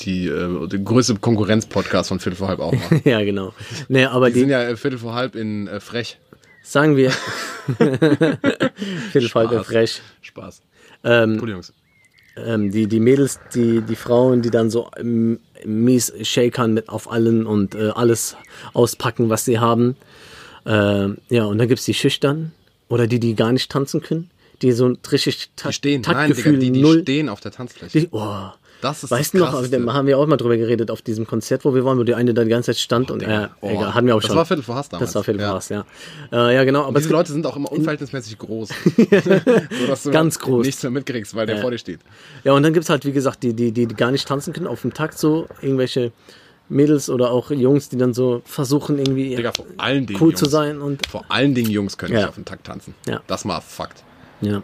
Speaker 1: die, äh, die größte Konkurrenz-Podcast von Viertel vor Halb auch macht.
Speaker 2: ja, genau. Nee, aber
Speaker 1: Die
Speaker 2: die,
Speaker 1: sind ja äh, Viertel vor Halb in äh, Frech.
Speaker 2: sagen wir. Viertelfalter
Speaker 1: Spaß.
Speaker 2: frech.
Speaker 1: Spaß.
Speaker 2: Ähm,
Speaker 1: Cool, Jungs.
Speaker 2: ähm, die, die Mädels, die, die Frauen, die dann so ähm, mies shakern mit auf allen und äh, alles auspacken, was sie haben. Ähm, ja, und dann gibt es die Schüchtern oder die, die gar nicht tanzen können, die so ein richtig Ta
Speaker 1: Die stehen, nein, Digga,
Speaker 2: Taktgefühl
Speaker 1: die, die
Speaker 2: null.
Speaker 1: stehen auf der Tanzfläche.
Speaker 2: Die, oh.
Speaker 1: Das ist
Speaker 2: Weißt du
Speaker 1: das
Speaker 2: noch,
Speaker 1: Krasseste.
Speaker 2: da haben wir auch mal drüber geredet auf diesem Konzert, wo wir waren, wo die eine da die ganze Zeit stand und
Speaker 1: Digga.
Speaker 2: äh,
Speaker 1: Oh.
Speaker 2: egal, hatten wir auch
Speaker 1: Das
Speaker 2: schon.
Speaker 1: war Viertel vor Hass damals.
Speaker 2: Das war Viertel vor
Speaker 1: Ja.
Speaker 2: Hass, ja. Äh, ja, genau, aber es
Speaker 1: Diese
Speaker 2: gibt-
Speaker 1: Leute sind auch immer unverhältnismäßig groß. so, dass du
Speaker 2: Ganz groß.
Speaker 1: nichts mehr mitkriegst, weil der vor dir steht.
Speaker 2: Ja, und dann gibt es halt, wie gesagt, die, die, die gar nicht tanzen können auf dem Takt so, irgendwelche Mädels oder auch Jungs, die dann so versuchen, irgendwie
Speaker 1: Digga, vor allen Dingen
Speaker 2: cool
Speaker 1: Jungs.
Speaker 2: zu sein und
Speaker 1: Vor allen Dingen Jungs können
Speaker 2: Ja.
Speaker 1: nicht auf den Takt tanzen.
Speaker 2: Ja.
Speaker 1: Das mal Fakt.
Speaker 2: ja.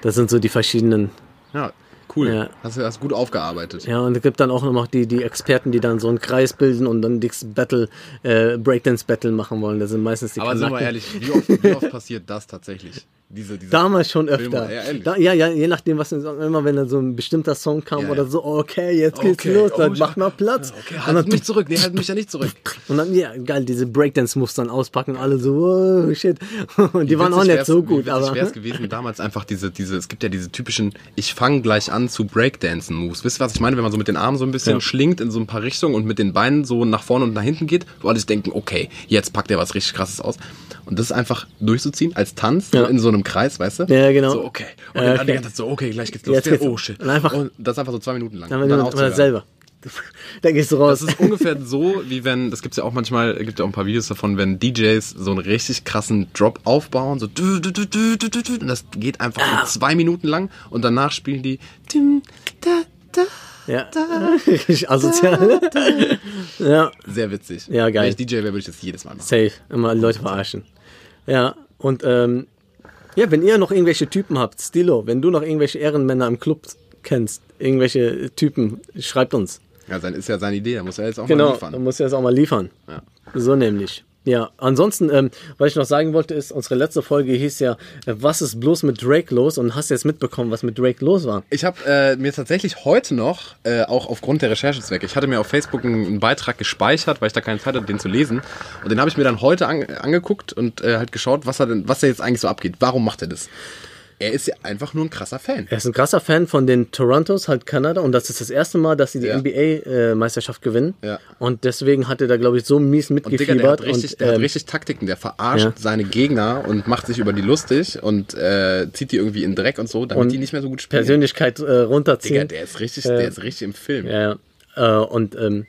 Speaker 2: Das sind so die verschiedenen.
Speaker 1: Ja, cool.
Speaker 2: Ja.
Speaker 1: Hast du hast gut aufgearbeitet.
Speaker 2: Ja, und es gibt dann auch noch die, die Experten, die dann so einen Kreis bilden und dann dickes Battle, äh, Breakdance-Battle machen wollen. Das sind meistens die
Speaker 1: Aber sind wir
Speaker 2: Kanaken.
Speaker 1: ehrlich, wie oft, wie oft passiert das tatsächlich? Diese, diese
Speaker 2: Damals schon
Speaker 1: Filme,
Speaker 2: öfter.
Speaker 1: ja,
Speaker 2: Ja,
Speaker 1: ehrlich.
Speaker 2: da, ja, ja, je nachdem, was wir sagen. Immer wenn dann so ein bestimmter Song kam
Speaker 1: Ja,
Speaker 2: oder
Speaker 1: ja.
Speaker 2: so, okay, jetzt geht's
Speaker 1: Okay,
Speaker 2: los,
Speaker 1: oh,
Speaker 2: dann
Speaker 1: ja.
Speaker 2: mach mal Platz.
Speaker 1: Okay,
Speaker 2: und,
Speaker 1: halt
Speaker 2: dann,
Speaker 1: mich zurück. Nee, halt mich ja nicht zurück.
Speaker 2: und dann, ja, geil, diese Breakdance-Moves dann auspacken, alle so, wow, shit. Und die
Speaker 1: Wie
Speaker 2: waren auch
Speaker 1: witzig
Speaker 2: nicht
Speaker 1: wär's-
Speaker 2: so
Speaker 1: wie
Speaker 2: gut,
Speaker 1: witzig
Speaker 2: aber.
Speaker 1: wäre es gewesen, damals einfach diese, diese, es gibt ja diese typischen, ich fange gleich an zu Breakdancen-Moves. Wisst ihr, was ich meine? Wenn man so mit den Armen so ein bisschen
Speaker 2: Ja.
Speaker 1: schlingt in so ein paar Richtungen und mit den Beinen so nach vorne und nach hinten geht, wo alle sich denken, okay, jetzt packt er was richtig krasses aus. Und das ist einfach durchzuziehen als Tanz so
Speaker 2: Ja.
Speaker 1: in so einem Kreis, weißt du?
Speaker 2: Ja, genau.
Speaker 1: So, okay. Und
Speaker 2: Ja,
Speaker 1: dann
Speaker 2: okay.
Speaker 1: die ganze Zeit so, okay, gleich geht's los.
Speaker 2: Jetzt geht's-
Speaker 1: oh shit.
Speaker 2: und einfach-
Speaker 1: und das einfach so zwei Minuten lang.
Speaker 2: Dann,
Speaker 1: Und
Speaker 2: wenn du
Speaker 1: aufzuhören.
Speaker 2: dann selber. dann gehst du raus.
Speaker 1: Das ist ungefähr so, wie wenn, das gibt's ja auch manchmal, gibt ja auch ein paar Videos davon, wenn DJs so einen richtig krassen Drop aufbauen, so dü, dü, dü, dü, dü, dü, dü, und das geht einfach
Speaker 2: Ah.
Speaker 1: so zwei Minuten lang und danach spielen die dim, da, da.
Speaker 2: ja. Richtig asozial. ja,
Speaker 1: sehr witzig.
Speaker 2: Ja, geil.
Speaker 1: Wenn ich DJ wäre, würde ich das jedes Mal machen.
Speaker 2: safe. Immer Leute verarschen. Ja, und, ähm, ja, wenn ihr noch irgendwelche Typen habt, Stilo, wenn du noch irgendwelche Ehrenmänner im Club kennst, irgendwelche Typen, schreibt uns.
Speaker 1: Ja, sein, ist ja seine Idee, da muss er jetzt auch mal
Speaker 2: Genau, dann
Speaker 1: liefern.
Speaker 2: muss er es auch mal liefern.
Speaker 1: Ja.
Speaker 2: So nämlich. Ja, ansonsten, ähm, was ich noch sagen wollte, ist, unsere letzte Folge hieß ja, äh, was ist bloß mit Drake los? Und hast jetzt mitbekommen, was mit Drake los war?
Speaker 1: Ich habe äh, mir tatsächlich heute noch, äh, auch aufgrund der Recherchezwecke, ich hatte mir auf Facebook einen, einen Beitrag gespeichert, weil ich da keine Zeit hatte, den zu lesen. Und den habe ich mir dann heute an, angeguckt und äh, halt geschaut, was er denn, was er jetzt eigentlich so abgeht. Warum macht er das? Er ist ja einfach nur ein krasser Fan.
Speaker 2: Er ist ein krasser Fan von den Torontos, halt Kanada. Und das ist das erste Mal, dass sie die
Speaker 1: Ja.
Speaker 2: NBA-Meisterschaft äh, gewinnen.
Speaker 1: Ja.
Speaker 2: Und deswegen hat er da, glaube ich, so mies
Speaker 1: Und Digga, der
Speaker 2: mitgefiebert.
Speaker 1: hat richtig,
Speaker 2: und,
Speaker 1: der hat
Speaker 2: ähm,
Speaker 1: richtig Taktiken, der verarscht
Speaker 2: ja.
Speaker 1: seine Gegner und macht sich über die lustig und äh, zieht die irgendwie in den Dreck und so, damit
Speaker 2: Und
Speaker 1: die nicht mehr so gut spielen.
Speaker 2: Persönlichkeit äh, runterziehen.
Speaker 1: Digga, der ist richtig, der ist richtig im Film.
Speaker 2: Ja, ja. Äh, und ähm,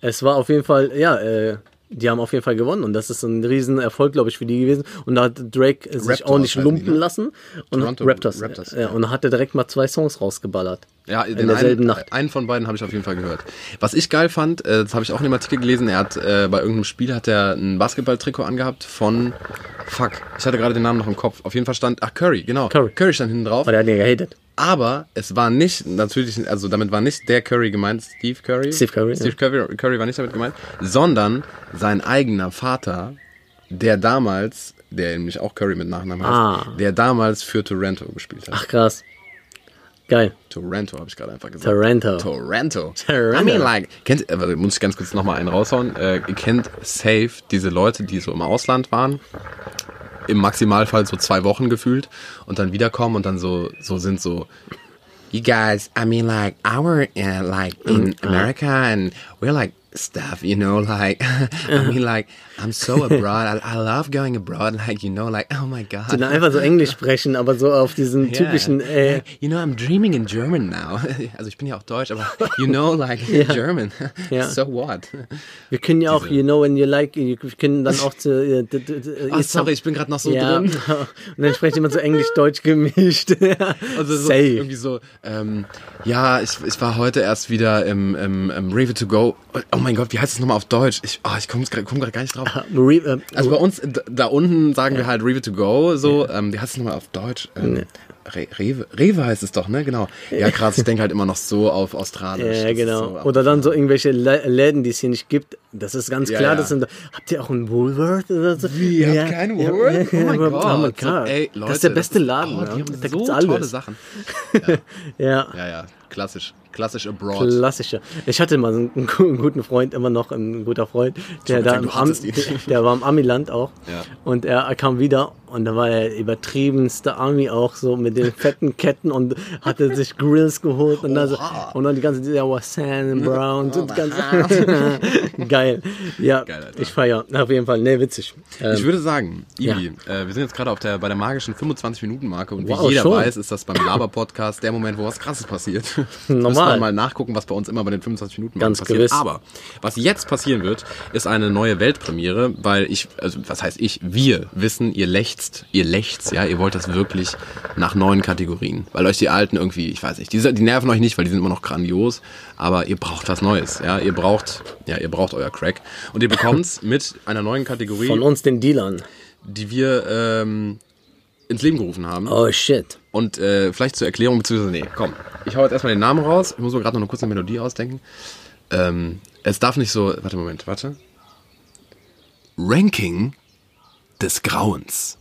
Speaker 2: es war auf jeden Fall, ja, äh, die haben auf jeden Fall gewonnen und das ist ein Riesenerfolg, glaube ich, für die gewesen. Und da hat Drake sich
Speaker 1: Raptors
Speaker 2: auch nicht
Speaker 1: heißen die,
Speaker 2: lumpen
Speaker 1: ne?
Speaker 2: lassen und
Speaker 1: Toronto
Speaker 2: Raptors,
Speaker 1: Raptors,
Speaker 2: ja, und hat er direkt mal zwei Songs rausgeballert.
Speaker 1: Ja,
Speaker 2: in
Speaker 1: den
Speaker 2: derselben
Speaker 1: einen,
Speaker 2: Nacht.
Speaker 1: Einen von beiden habe ich auf jeden Fall gehört. Was ich geil fand, äh, das habe ich auch in dem Artikel gelesen, er hat äh, bei irgendeinem Spiel hat er ein Basketballtrikot angehabt von Fuck, ich hatte gerade den Namen noch im Kopf. Auf jeden Fall stand ach Curry, genau.
Speaker 2: Curry.
Speaker 1: Curry stand hinten
Speaker 2: Aber
Speaker 1: drauf,
Speaker 2: Oh, der hat ihn gehatet.
Speaker 1: aber es war nicht natürlich also damit war nicht der Curry gemeint, Steve Curry.
Speaker 2: Steve Curry,
Speaker 1: Steve Curry, Curry war nicht damit gemeint, sondern sein eigener Vater, der damals, der nämlich auch Curry mit Nachnamen heißt,
Speaker 2: Ah.
Speaker 1: der damals für Toronto gespielt hat.
Speaker 2: Ach krass. Geil.
Speaker 1: Toronto habe ich gerade einfach gesagt.
Speaker 2: Toronto.
Speaker 1: Toronto.
Speaker 2: Toronto.
Speaker 1: I mean, like, kennt, äh, warte, muss ich ganz kurz nochmal einen raushauen. Äh, ihr kennt safe diese Leute, die so im Ausland waren, im Maximalfall so zwei Wochen gefühlt und dann wiederkommen und dann so, so sind so, you guys, I mean, like, our, uh, like, in America and we're like,
Speaker 6: stuff, you know, like, I mean, like, I'm so abroad. I, I love going abroad. Like, you know, like, oh my
Speaker 2: Die
Speaker 6: God.
Speaker 2: dann einfach so Englisch sprechen, aber so auf diesen
Speaker 6: Yeah.
Speaker 2: typischen, äh,
Speaker 6: you know, I'm dreaming in German now. Also ich bin ja auch Deutsch, aber you know, like German.
Speaker 2: Ja.
Speaker 6: So what?
Speaker 2: wir können ja auch, you know, when you like, you- wir können dann auch zu, äh, d- d- d-
Speaker 1: Ah,
Speaker 6: Oh, sorry, ich bin gerade noch so
Speaker 2: ja,
Speaker 6: drin.
Speaker 2: und dann sprechen immer so Englisch-Deutsch gemischt.
Speaker 1: Also so, irgendwie so, ähm, ja, ich, ich war heute erst wieder im, im, im Rewe to go. Oh mein Gott, wie heißt es nochmal auf Deutsch? Ich, oh, ich komme gerade komm grad gar nicht drauf.
Speaker 6: Ah,
Speaker 2: Marie, äh,
Speaker 1: Also bei uns äh, d- da unten sagen wir halt Rewe to go, so, ähm, wie heißt es nochmal auf Deutsch? Ähm, Re Rewe, Rewe heißt es doch, ne? Genau. Ja, krass, ich denke halt immer noch so auf Australisch.
Speaker 2: Ja,
Speaker 1: Das ist
Speaker 2: genau.
Speaker 1: So,
Speaker 2: Oder dann so irgendwelche Lä- Läden, die es hier nicht gibt. Das ist ganz
Speaker 1: Ja,
Speaker 2: klar.
Speaker 1: ja.
Speaker 2: Das sind, habt ihr auch einen Woolworth oder so?
Speaker 1: Wie, ihr habt keinen Woolworth?
Speaker 2: Ja,
Speaker 1: Oh mein
Speaker 2: ja,
Speaker 1: Gott.
Speaker 2: Oh mein
Speaker 1: So,
Speaker 2: Gott.
Speaker 1: ey,
Speaker 2: das
Speaker 1: Leute,
Speaker 2: ist der beste
Speaker 1: das ist-
Speaker 2: Laden.
Speaker 1: oh, die
Speaker 2: ja.
Speaker 1: haben
Speaker 2: Da
Speaker 1: so
Speaker 2: gibt's
Speaker 1: tolle
Speaker 2: alles.
Speaker 1: Sachen.
Speaker 2: Ja.
Speaker 1: Ja, ja, klassisch. Klassisch abroad.
Speaker 2: Klassischer. Ich hatte mal so einen gu- einen guten Freund, immer noch ein guter Freund, der
Speaker 1: wollte
Speaker 2: da
Speaker 1: sagen,
Speaker 2: im
Speaker 1: du
Speaker 2: Am,
Speaker 1: hattest ihn.
Speaker 2: der, der war im Ami-Land auch.
Speaker 1: Ja.
Speaker 2: Und er, er kam wieder und da war der übertriebenste Ami auch so mit den fetten Ketten und hatte sich Grills geholt und, dann so, und dann die ganze ja, wow, Sam Brown und die ganze geil. Ja,
Speaker 1: Geil, Alter.
Speaker 2: ich feier. Auf jeden Fall. Ne, witzig. Ähm,
Speaker 1: Ich würde sagen,
Speaker 2: Ja.
Speaker 1: Ibi, äh, wir sind jetzt gerade auf der, bei der magischen 25-Minuten-Marke und
Speaker 2: Wow,
Speaker 1: wie jeder
Speaker 2: schon.
Speaker 1: weiß, ist das beim Laber-Podcast der Moment, wo was Krasses passiert.
Speaker 2: Normal.
Speaker 1: Müssen wir mal nachgucken, was bei uns immer bei den 25-Minuten-Marken
Speaker 2: Ganz
Speaker 1: passiert.
Speaker 2: gewiss.
Speaker 1: Aber was jetzt passieren wird, ist eine neue Weltpremiere, weil ich, also was heißt ich, wir wissen, ihr lächzt, ihr lächzt, ja, ihr wollt das wirklich nach neuen Kategorien, weil euch die alten irgendwie, ich weiß nicht, die, die nerven euch nicht, weil die sind immer noch grandios, aber ihr braucht was Neues, ja, ihr braucht, ja, ihr braucht euer Crack und ihr bekommt's mit einer neuen Kategorie
Speaker 2: von uns den Dealern.
Speaker 1: die wir ähm, ins Leben gerufen haben.
Speaker 2: Oh shit.
Speaker 1: Und äh, vielleicht zur Erklärung, beziehungsweise, nee, komm. Ich hau jetzt erstmal den Namen raus. Ich muss mir gerade noch kurz eine Melodie ausdenken. Ähm, es darf nicht so. Warte, Moment, warte. Ranking des Grauens.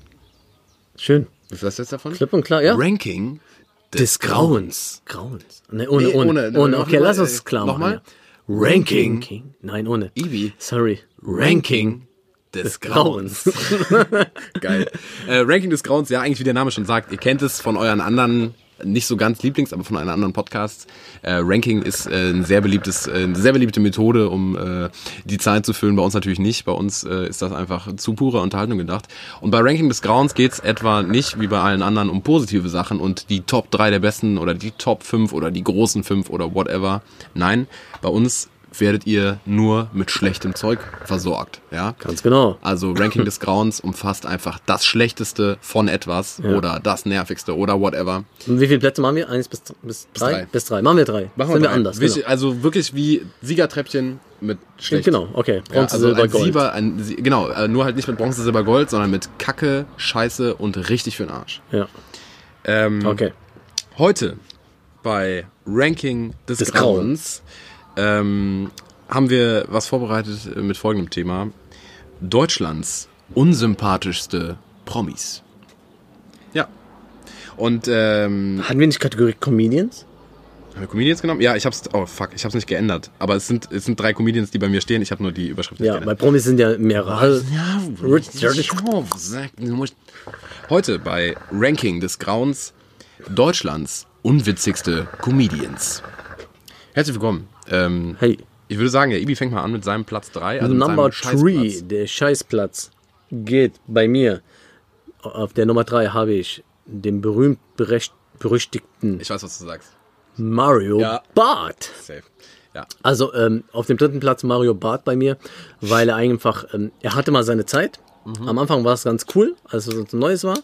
Speaker 2: Schön.
Speaker 1: Wie viel hast du jetzt davon?
Speaker 2: Klipp und klar, ja.
Speaker 1: Ranking des,
Speaker 2: Des Grauens. Grauens. Ne, ohne,
Speaker 1: Nee,
Speaker 2: ohne,
Speaker 1: ohne,
Speaker 2: ohne.
Speaker 1: ne, noch
Speaker 2: Okay,
Speaker 1: mal,
Speaker 2: lass uns
Speaker 1: äh,
Speaker 2: klar
Speaker 1: noch
Speaker 2: machen.
Speaker 1: mal.
Speaker 2: ja.
Speaker 1: Ranking.
Speaker 2: Ranking. Nein, ohne.
Speaker 1: Ibi.
Speaker 2: Sorry.
Speaker 1: Ranking des Grauens. Geil. Äh, Ranking des Grauens, ja, eigentlich wie der Name schon sagt, ihr kennt es von euren anderen, nicht so ganz Lieblings, aber von euren anderen Podcasts. Äh, Ranking ist äh, ein sehr beliebtes, äh, eine sehr beliebte Methode, um äh, die Zeit zu füllen. Bei uns natürlich nicht. Bei uns äh, ist das einfach zu pure Unterhaltung gedacht. Und bei Ranking des Grauens geht's etwa nicht, wie bei allen anderen, um positive Sachen und die Top 3 der besten oder die Top 5 oder die großen 5 oder whatever. Nein, bei uns werdet ihr nur mit schlechtem Zeug versorgt. Ja?
Speaker 2: Ganz genau.
Speaker 1: Also Ranking des Grauens umfasst einfach das Schlechteste von etwas oder das Nervigste oder whatever.
Speaker 2: Und wie viele Plätze machen wir? Eins bis, bis, drei?
Speaker 1: drei.
Speaker 2: Bis drei. Machen wir drei. Sind wir
Speaker 1: drei.
Speaker 2: anders.
Speaker 1: Wichtig-
Speaker 2: Genau.
Speaker 1: Also wirklich wie Siegertreppchen mit schlecht.
Speaker 2: genau, okay.
Speaker 1: Ja,
Speaker 2: Bronze,
Speaker 1: also
Speaker 2: Silber,
Speaker 1: ein
Speaker 2: Gold.
Speaker 1: Sieber, ein, Sie- genau, äh, nur halt nicht mit Bronze, Silber, Gold, sondern mit Kacke, Scheiße und richtig für den Arsch.
Speaker 2: Ja,
Speaker 1: Ähm,
Speaker 2: okay.
Speaker 1: Heute bei Ranking des,
Speaker 2: Des
Speaker 1: Grauens ähm, haben wir was vorbereitet äh, mit folgendem Thema. Deutschlands unsympathischste Promis. Ja. Und ähm,
Speaker 2: Hatten wir nicht Kategorie Comedians?
Speaker 1: haben wir Comedians genommen? Ja, ich hab's. Oh fuck, ich hab's nicht geändert. Aber es sind, es sind drei Comedians, die bei mir stehen. Ich habe nur die Überschrift nicht
Speaker 2: Ja, bei
Speaker 1: geändert.
Speaker 2: Promis sind ja mehrere.
Speaker 1: Ja,
Speaker 2: Richard-
Speaker 1: Heute bei Ranking des Grauens Deutschlands unwitzigste Comedians. Herzlich willkommen. Ähm,
Speaker 2: Hey,
Speaker 1: ich würde sagen, der Ibi fängt mal an mit seinem Platz 3. Also mit
Speaker 2: Number
Speaker 1: seinem
Speaker 2: 3,
Speaker 1: Scheißplatz.
Speaker 2: der Scheißplatz, geht bei mir. Auf der Nummer 3 habe ich den berühmt berecht- berüchtigten
Speaker 1: Ich weiß, was du sagst.
Speaker 2: Mario
Speaker 1: Ja.
Speaker 2: Barth.
Speaker 1: Safe. Ja.
Speaker 2: Also ähm, auf dem dritten Platz Mario Barth bei mir, weil er einfach, ähm, er hatte mal seine Zeit. Am Anfang war es ganz cool, als es so Neues war.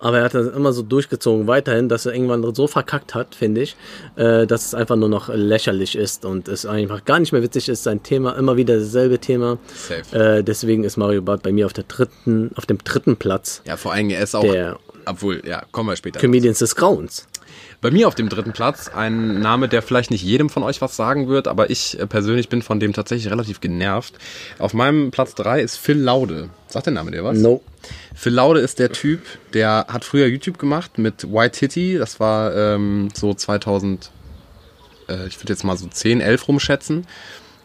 Speaker 2: Aber er hat das immer so durchgezogen weiterhin, dass er irgendwann so verkackt hat, finde ich, äh, dass es einfach nur noch lächerlich ist und es einfach gar nicht mehr witzig ist. Sein Thema, immer wieder dasselbe Thema.
Speaker 1: Safe.
Speaker 2: Äh, deswegen ist Mario Barth bei mir auf, der dritten, auf dem dritten Platz
Speaker 1: Ja, vor allem, er ist auch.
Speaker 2: Der-
Speaker 1: obwohl, ja, kommen wir später.
Speaker 2: Comedians des Grauens.
Speaker 1: Bei mir auf dem dritten Platz ein Name, der vielleicht nicht jedem von euch was sagen wird, aber ich äh, persönlich bin von dem tatsächlich relativ genervt. Auf meinem Platz 3 ist Phil Laude. Sagt der Name dir was?
Speaker 2: No.
Speaker 1: Phil Laude ist der Typ, der hat früher YouTube gemacht mit White Titty. Das war ähm, so 2000, äh, ich würde jetzt mal so 10, 11 rumschätzen.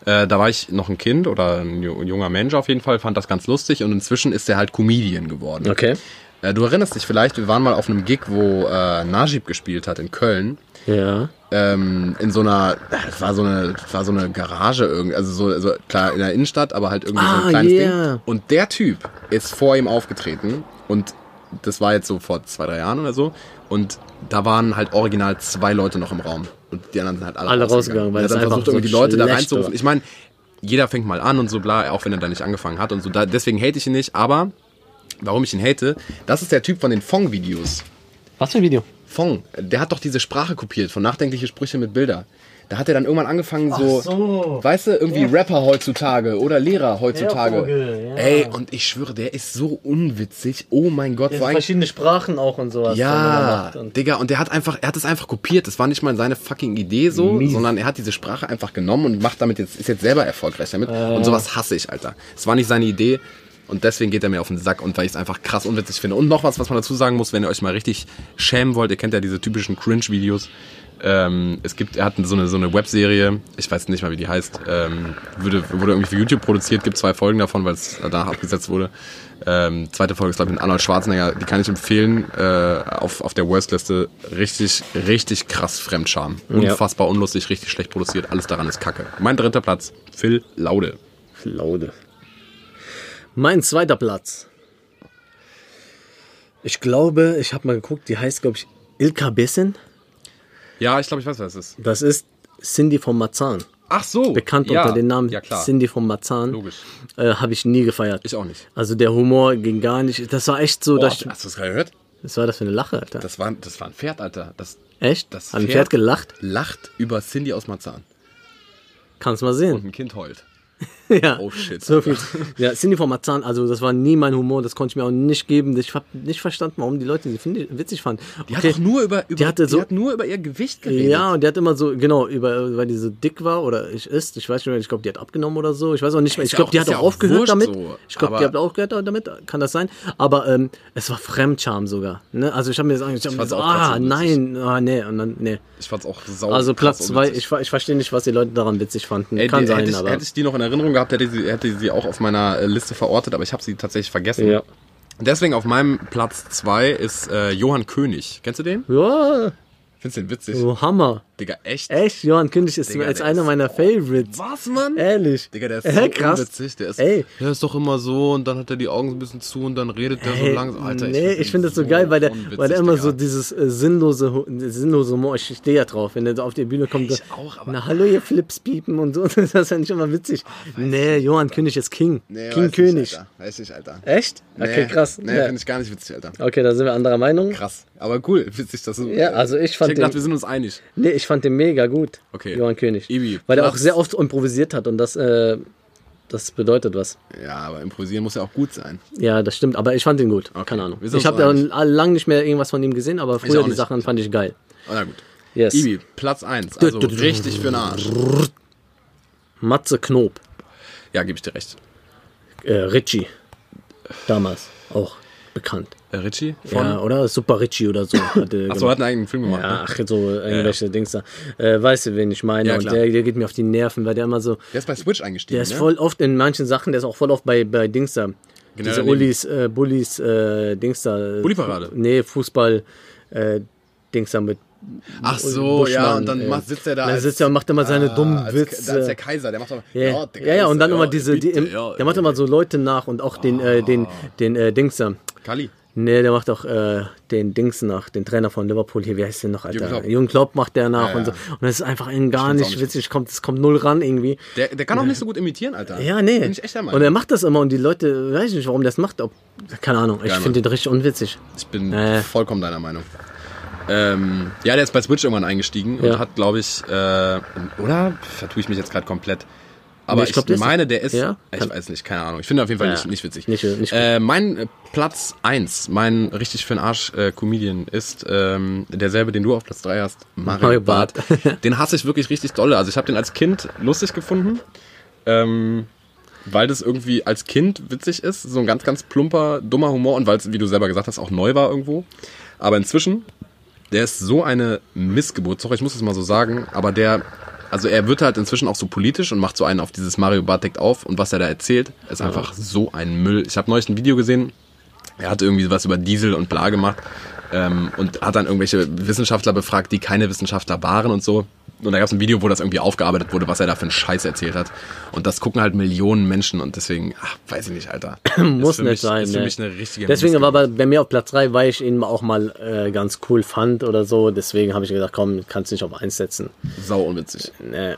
Speaker 1: Äh, da war ich noch ein Kind oder ein ju- ein junger Mensch auf jeden Fall, fand das ganz lustig und inzwischen ist er halt Comedian geworden.
Speaker 2: Okay.
Speaker 1: Äh, du erinnerst dich vielleicht, wir waren mal auf einem Gig, wo äh, Najib gespielt hat in Köln.
Speaker 2: Ja.
Speaker 1: ähm, in so einer, es war so eine, es war so eine Garage irgendwie, also so, also klar in der Innenstadt, aber halt irgendwie so
Speaker 2: Ah,
Speaker 1: ein kleines
Speaker 2: yeah.
Speaker 1: Ding. Und der Typ ist vor ihm aufgetreten und das war jetzt so vor zwei, drei Jahren oder so. Und da waren halt original zwei Leute noch im Raum. Und die anderen sind halt alle,
Speaker 2: Alle rausgegangen,
Speaker 1: rausgegangen.
Speaker 2: weil
Speaker 1: er
Speaker 2: es
Speaker 1: hat dann
Speaker 2: einfach
Speaker 1: versucht,
Speaker 2: so
Speaker 1: irgendwie die Leute da
Speaker 2: schlecht
Speaker 1: reinzurufen.
Speaker 2: war.
Speaker 1: Ich meine, jeder fängt mal an und so bla, auch wenn er da nicht angefangen hat und so. Da, deswegen hate ich ihn nicht, aber warum ich ihn hate, das ist der Typ von den Fong-Videos.
Speaker 2: Was für ein Video?
Speaker 1: Fong, der hat doch diese Sprache kopiert von nachdenkliche Sprüche mit Bilder. Da hat er dann irgendwann angefangen, so, weißt du, irgendwie Rapper heutzutage oder Lehrer heutzutage.
Speaker 2: Vogel, ja.
Speaker 1: Ey, und ich schwöre, der ist so unwitzig. Oh mein Gott, so ein
Speaker 2: verschiedene Sprachen auch und sowas.
Speaker 1: ja, Digga, und der hat einfach, er hat es einfach kopiert. Das war nicht mal seine fucking Idee so, sondern er hat diese Sprache einfach genommen und macht damit jetzt, ist jetzt selber erfolgreich damit. Und sowas hasse ich, Alter. Es war nicht seine Idee. Und deswegen geht er mir auf den Sack und weil ich es einfach krass unwitzig finde. Und noch was, was man dazu sagen muss, wenn ihr euch mal richtig schämen wollt, ihr kennt ja diese typischen Cringe-Videos. Ähm, es gibt, er hat so eine, so eine Webserie, ich weiß nicht mal, wie die heißt, ähm, würde, wurde irgendwie für YouTube produziert, gibt zwei Folgen davon, weil es danach abgesetzt wurde. Ähm, zweite Folge ist, glaube ich, mit Arnold Schwarzenegger. Die kann ich empfehlen. Äh, auf, auf der Worst-Liste richtig, richtig krass Fremdscham. Unfassbar unlustig, richtig schlecht produziert. Alles daran ist kacke. Mein dritter Platz, Phil Laude.
Speaker 2: Laude. Mein zweiter Platz. Ich glaube, ich habe mal geguckt, die heißt, glaube ich, Ilka Bessin.
Speaker 1: Ja, ich glaube, ich weiß, was es ist.
Speaker 2: Das ist Cindy von Marzahn.
Speaker 1: Ach so.
Speaker 2: Bekannt
Speaker 1: ja.
Speaker 2: unter dem Namen
Speaker 1: Ja, klar.
Speaker 2: Cindy von Marzahn.
Speaker 1: Logisch.
Speaker 2: Äh, habe ich nie gefeiert.
Speaker 1: Ich auch nicht.
Speaker 2: Also der Humor ging gar nicht. Das war echt so,
Speaker 1: Boah,
Speaker 2: dass
Speaker 1: hast
Speaker 2: ich,
Speaker 1: du das gerade gehört?
Speaker 2: was war das für eine Lache, Alter?
Speaker 1: Das war, das war ein Pferd, Alter. Das
Speaker 2: echt?
Speaker 1: das
Speaker 2: Hat ein
Speaker 1: Pferd-
Speaker 2: Pferd gelacht?
Speaker 1: lacht über Cindy aus Marzahn.
Speaker 2: Kannst mal sehen.
Speaker 1: Und ein Kind heult.
Speaker 2: Ja.
Speaker 1: Oh shit.
Speaker 2: So viel. Ja, Cindy von Marzahn, also das war nie mein Humor, das konnte ich mir auch nicht geben. Ich habe nicht verstanden, warum die Leute sie finde- witzig fanden.
Speaker 1: Die hat doch nur über, über,
Speaker 2: hatte so-
Speaker 1: hat nur über ihr Gewicht geredet.
Speaker 2: ja, und die hat immer so, genau, über, weil die so dick war oder ich ist, ich weiß nicht mehr, ich glaube, die hat abgenommen oder so, ich weiß auch nicht mehr, ich
Speaker 1: Ist ja
Speaker 2: glaube,
Speaker 1: auch-
Speaker 2: die
Speaker 1: ist
Speaker 2: hat
Speaker 1: ja
Speaker 2: auch
Speaker 1: auch
Speaker 2: aufgehört
Speaker 1: wurscht
Speaker 2: damit,
Speaker 1: so,
Speaker 2: ich glaube,
Speaker 1: aber-
Speaker 2: die hat aufgehört damit, kann das sein, aber ähm, es war Fremdscham sogar, ne, also ich habe mir das angeschaut, ich habe mir
Speaker 1: fand's
Speaker 2: so,
Speaker 1: auch
Speaker 2: ah,
Speaker 1: trotzdem witzig.
Speaker 2: nein, ah, nee, und dann, nee,
Speaker 1: Ich fand's auch sauer.
Speaker 2: also Platz zwei, ich, ver- ich verstehe nicht, was die Leute daran witzig fanden,
Speaker 1: Ey,
Speaker 2: kann
Speaker 1: die,
Speaker 2: sein,
Speaker 1: hätte ich,
Speaker 2: aber,
Speaker 1: Hätte ich die noch in Erinnerung gehabt, hätte ich sie, hätte ich sie auch auf meiner äh, Liste verortet, aber ich habe sie tatsächlich vergessen.
Speaker 2: ja,
Speaker 1: Deswegen auf meinem Platz 2 ist äh, Johann König. Kennst du den?
Speaker 2: ja,
Speaker 1: Findest du den witzig?
Speaker 2: so Hammer,
Speaker 1: Digga, echt?
Speaker 2: Oh. echt, Johann König ist
Speaker 1: Digga,
Speaker 2: als
Speaker 1: der
Speaker 2: einer
Speaker 1: ist-
Speaker 2: meiner Favorites,
Speaker 1: Was, Mann?
Speaker 2: ehrlich,
Speaker 1: Digga, der ist
Speaker 2: Hä,
Speaker 1: so
Speaker 2: krass.
Speaker 1: unwitzig. Der ist,
Speaker 2: Ey.
Speaker 1: der ist doch immer so und dann hat er die Augen so ein bisschen zu und dann redet der so
Speaker 2: Ey,
Speaker 1: langsam. Alter,
Speaker 2: nee,
Speaker 1: den
Speaker 2: ich finde das so geil, weil der,
Speaker 1: unwitzig,
Speaker 2: weil der immer
Speaker 1: Digga.
Speaker 2: so dieses äh, sinnlose, Hu- sinnlose Humor, ich stehe ja drauf, wenn der so auf die Bühne kommt. so,
Speaker 1: auch, aber- Ah,
Speaker 2: Na, hallo, ihr Flips piepen und so, das ist ja nicht immer witzig. nee, Johann König ist King.
Speaker 1: Nee, weiß
Speaker 2: King
Speaker 1: nicht,
Speaker 2: König.
Speaker 1: Alter. Weiß nicht, Alter.
Speaker 2: Echt? Okay,
Speaker 1: Nee,
Speaker 2: krass.
Speaker 1: Nee,
Speaker 2: ja.
Speaker 1: finde ich gar nicht witzig, Alter.
Speaker 2: Okay, da sind wir anderer Meinung.
Speaker 1: Krass. Aber cool, witzig, dass du.
Speaker 2: Ja, also ich fand
Speaker 1: Ich hab gedacht,
Speaker 2: den-
Speaker 1: wir sind uns einig.
Speaker 2: Nee, ich fand den mega gut.
Speaker 1: Okay.
Speaker 2: Johann König.
Speaker 1: Ibi,
Speaker 2: weil er auch
Speaker 1: Platz-
Speaker 2: sehr oft improvisiert hat und das, äh, das bedeutet was.
Speaker 1: Ja, aber improvisieren muss ja auch gut sein.
Speaker 2: Ja, das stimmt, aber ich fand ihn gut.
Speaker 1: Okay,
Speaker 2: Keine Ahnung.
Speaker 1: wir sind
Speaker 2: Ich
Speaker 1: uns
Speaker 2: habe
Speaker 1: einig.
Speaker 2: da lange nicht mehr irgendwas von ihm gesehen, aber früher
Speaker 1: auch
Speaker 2: die
Speaker 1: nicht.
Speaker 2: Sachen fand ich geil.
Speaker 1: Oh, na gut.
Speaker 2: Yes.
Speaker 1: Ibi, Platz 1. Also richtig für den Arsch.
Speaker 2: Matze Knob.
Speaker 1: Ja, gebe ich dir recht.
Speaker 2: äh, Richie. Damals auch bekannt.
Speaker 1: Äh, Richie von.
Speaker 2: Ja, oder? Super Richie oder so. Hatte
Speaker 1: Achso, hat einen eigenen Film gemacht.
Speaker 2: ja,
Speaker 1: Ne?
Speaker 2: ach, so irgendwelche Dings da. Äh, weißt du, wen ich meine?
Speaker 1: Ja,
Speaker 2: und
Speaker 1: klar.
Speaker 2: der, der geht mir auf die Nerven, weil der immer so.
Speaker 1: Der ist bei Switch eingestiegen.
Speaker 2: Der ist
Speaker 1: ne?
Speaker 2: voll oft in manchen Sachen, der ist auch voll oft bei, bei Dings
Speaker 1: Genau,
Speaker 2: da. Diese
Speaker 1: daneben.
Speaker 2: Ullis, äh, Bullis, äh, Dings da.
Speaker 1: Bulli-Parade?
Speaker 2: Nee, Fußball, äh, Dings da mit.
Speaker 1: Ach so,
Speaker 2: Buschmann,
Speaker 1: ja, und dann
Speaker 2: äh,
Speaker 1: macht, sitzt er da.
Speaker 2: Dann
Speaker 1: als- Ah,
Speaker 2: sitzt er und macht immer seine dummen
Speaker 1: als,
Speaker 2: Witze.
Speaker 1: Als der Kaiser, der macht auch.
Speaker 2: Ja, ja,
Speaker 1: Digga,
Speaker 2: ja,
Speaker 1: ist-
Speaker 2: und dann
Speaker 1: ja,
Speaker 2: immer diese, die,
Speaker 1: bitte,
Speaker 2: im,
Speaker 1: ja, Ah.
Speaker 2: der macht immer so Leute nach und auch den, äh, den, den äh, Dings da.
Speaker 1: Kali.
Speaker 2: Nee, der macht auch äh, den Dings nach, den Trainer von Liverpool hier, wie heißt der noch, Alter?
Speaker 1: Jürgen Klopp.
Speaker 2: Jürgen Klopp macht der nach
Speaker 1: Ja,
Speaker 2: und so.
Speaker 1: ja.
Speaker 2: Und das ist einfach einen gar
Speaker 1: find's auch
Speaker 2: nicht
Speaker 1: nicht
Speaker 2: witzig, kommt, es kommt null ran irgendwie.
Speaker 1: Der, der kann auch nicht so gut imitieren, Alter.
Speaker 2: Ja, nee.
Speaker 1: Bin ich echt der Meinung.
Speaker 2: und er macht das immer und die Leute, weiß ich nicht, warum der das macht. Ob, keine Ahnung, ich
Speaker 1: Geil,
Speaker 2: finde den richtig unwitzig.
Speaker 1: Ich bin
Speaker 2: Äh.
Speaker 1: vollkommen deiner Meinung. Ähm, ja, der ist bei Switch irgendwann eingestiegen
Speaker 2: Ja.
Speaker 1: und hat, glaube ich, äh, oder vertue ich mich jetzt gerade komplett. Aber
Speaker 2: Nee, ich
Speaker 1: ich,
Speaker 2: glaub, der ist-
Speaker 1: meine, der ist,
Speaker 2: Ja?
Speaker 1: ich
Speaker 2: Kann-
Speaker 1: weiß nicht, keine Ahnung. Ich finde auf jeden Fall
Speaker 2: Ja.
Speaker 1: nicht, nicht witzig.
Speaker 2: Nicht- nicht gut.
Speaker 1: äh, mein äh, Platz eins, mein richtig für den Arsch äh, Comedian ist ähm, derselbe, den du auf Platz drei hast, Mario,
Speaker 2: Mario
Speaker 1: Barth.
Speaker 2: Barth.
Speaker 1: Den hasse ich wirklich richtig dolle. Also ich habe den als Kind lustig gefunden. Ähm, weil das irgendwie als Kind witzig ist, so ein ganz, ganz plumper, dummer Humor und weil es, wie du selber gesagt hast, auch neu war irgendwo. Aber inzwischen, der ist so eine Missgeburt, sorry, ich muss es mal so sagen, aber der, also er wird halt inzwischen auch so politisch und macht so einen auf dieses Mario Barth deckt auf und was er da erzählt, ist einfach so ein Müll. Ich habe neulich ein Video gesehen, er hatte irgendwie was über Diesel und bla gemacht Ähm, und hat dann irgendwelche Wissenschaftler befragt, die keine Wissenschaftler waren und so. Und da gab es ein Video, wo das irgendwie aufgearbeitet wurde, was er da für einen Scheiß erzählt hat. Und das gucken halt Millionen Menschen und deswegen, ach, weiß ich nicht, Alter. Ist
Speaker 2: Muss
Speaker 1: für
Speaker 2: nicht
Speaker 1: mich,
Speaker 2: sein.
Speaker 1: Ist für
Speaker 2: ne.
Speaker 1: mich eine richtige
Speaker 2: Deswegen war
Speaker 1: Missgeburt.
Speaker 2: bei, bei mir auf Platz 3, weil ich ihn auch mal äh, ganz cool fand oder so. Deswegen habe ich gedacht, komm, kannst nicht auf 1 setzen.
Speaker 1: Sau unwitzig.
Speaker 2: Äh,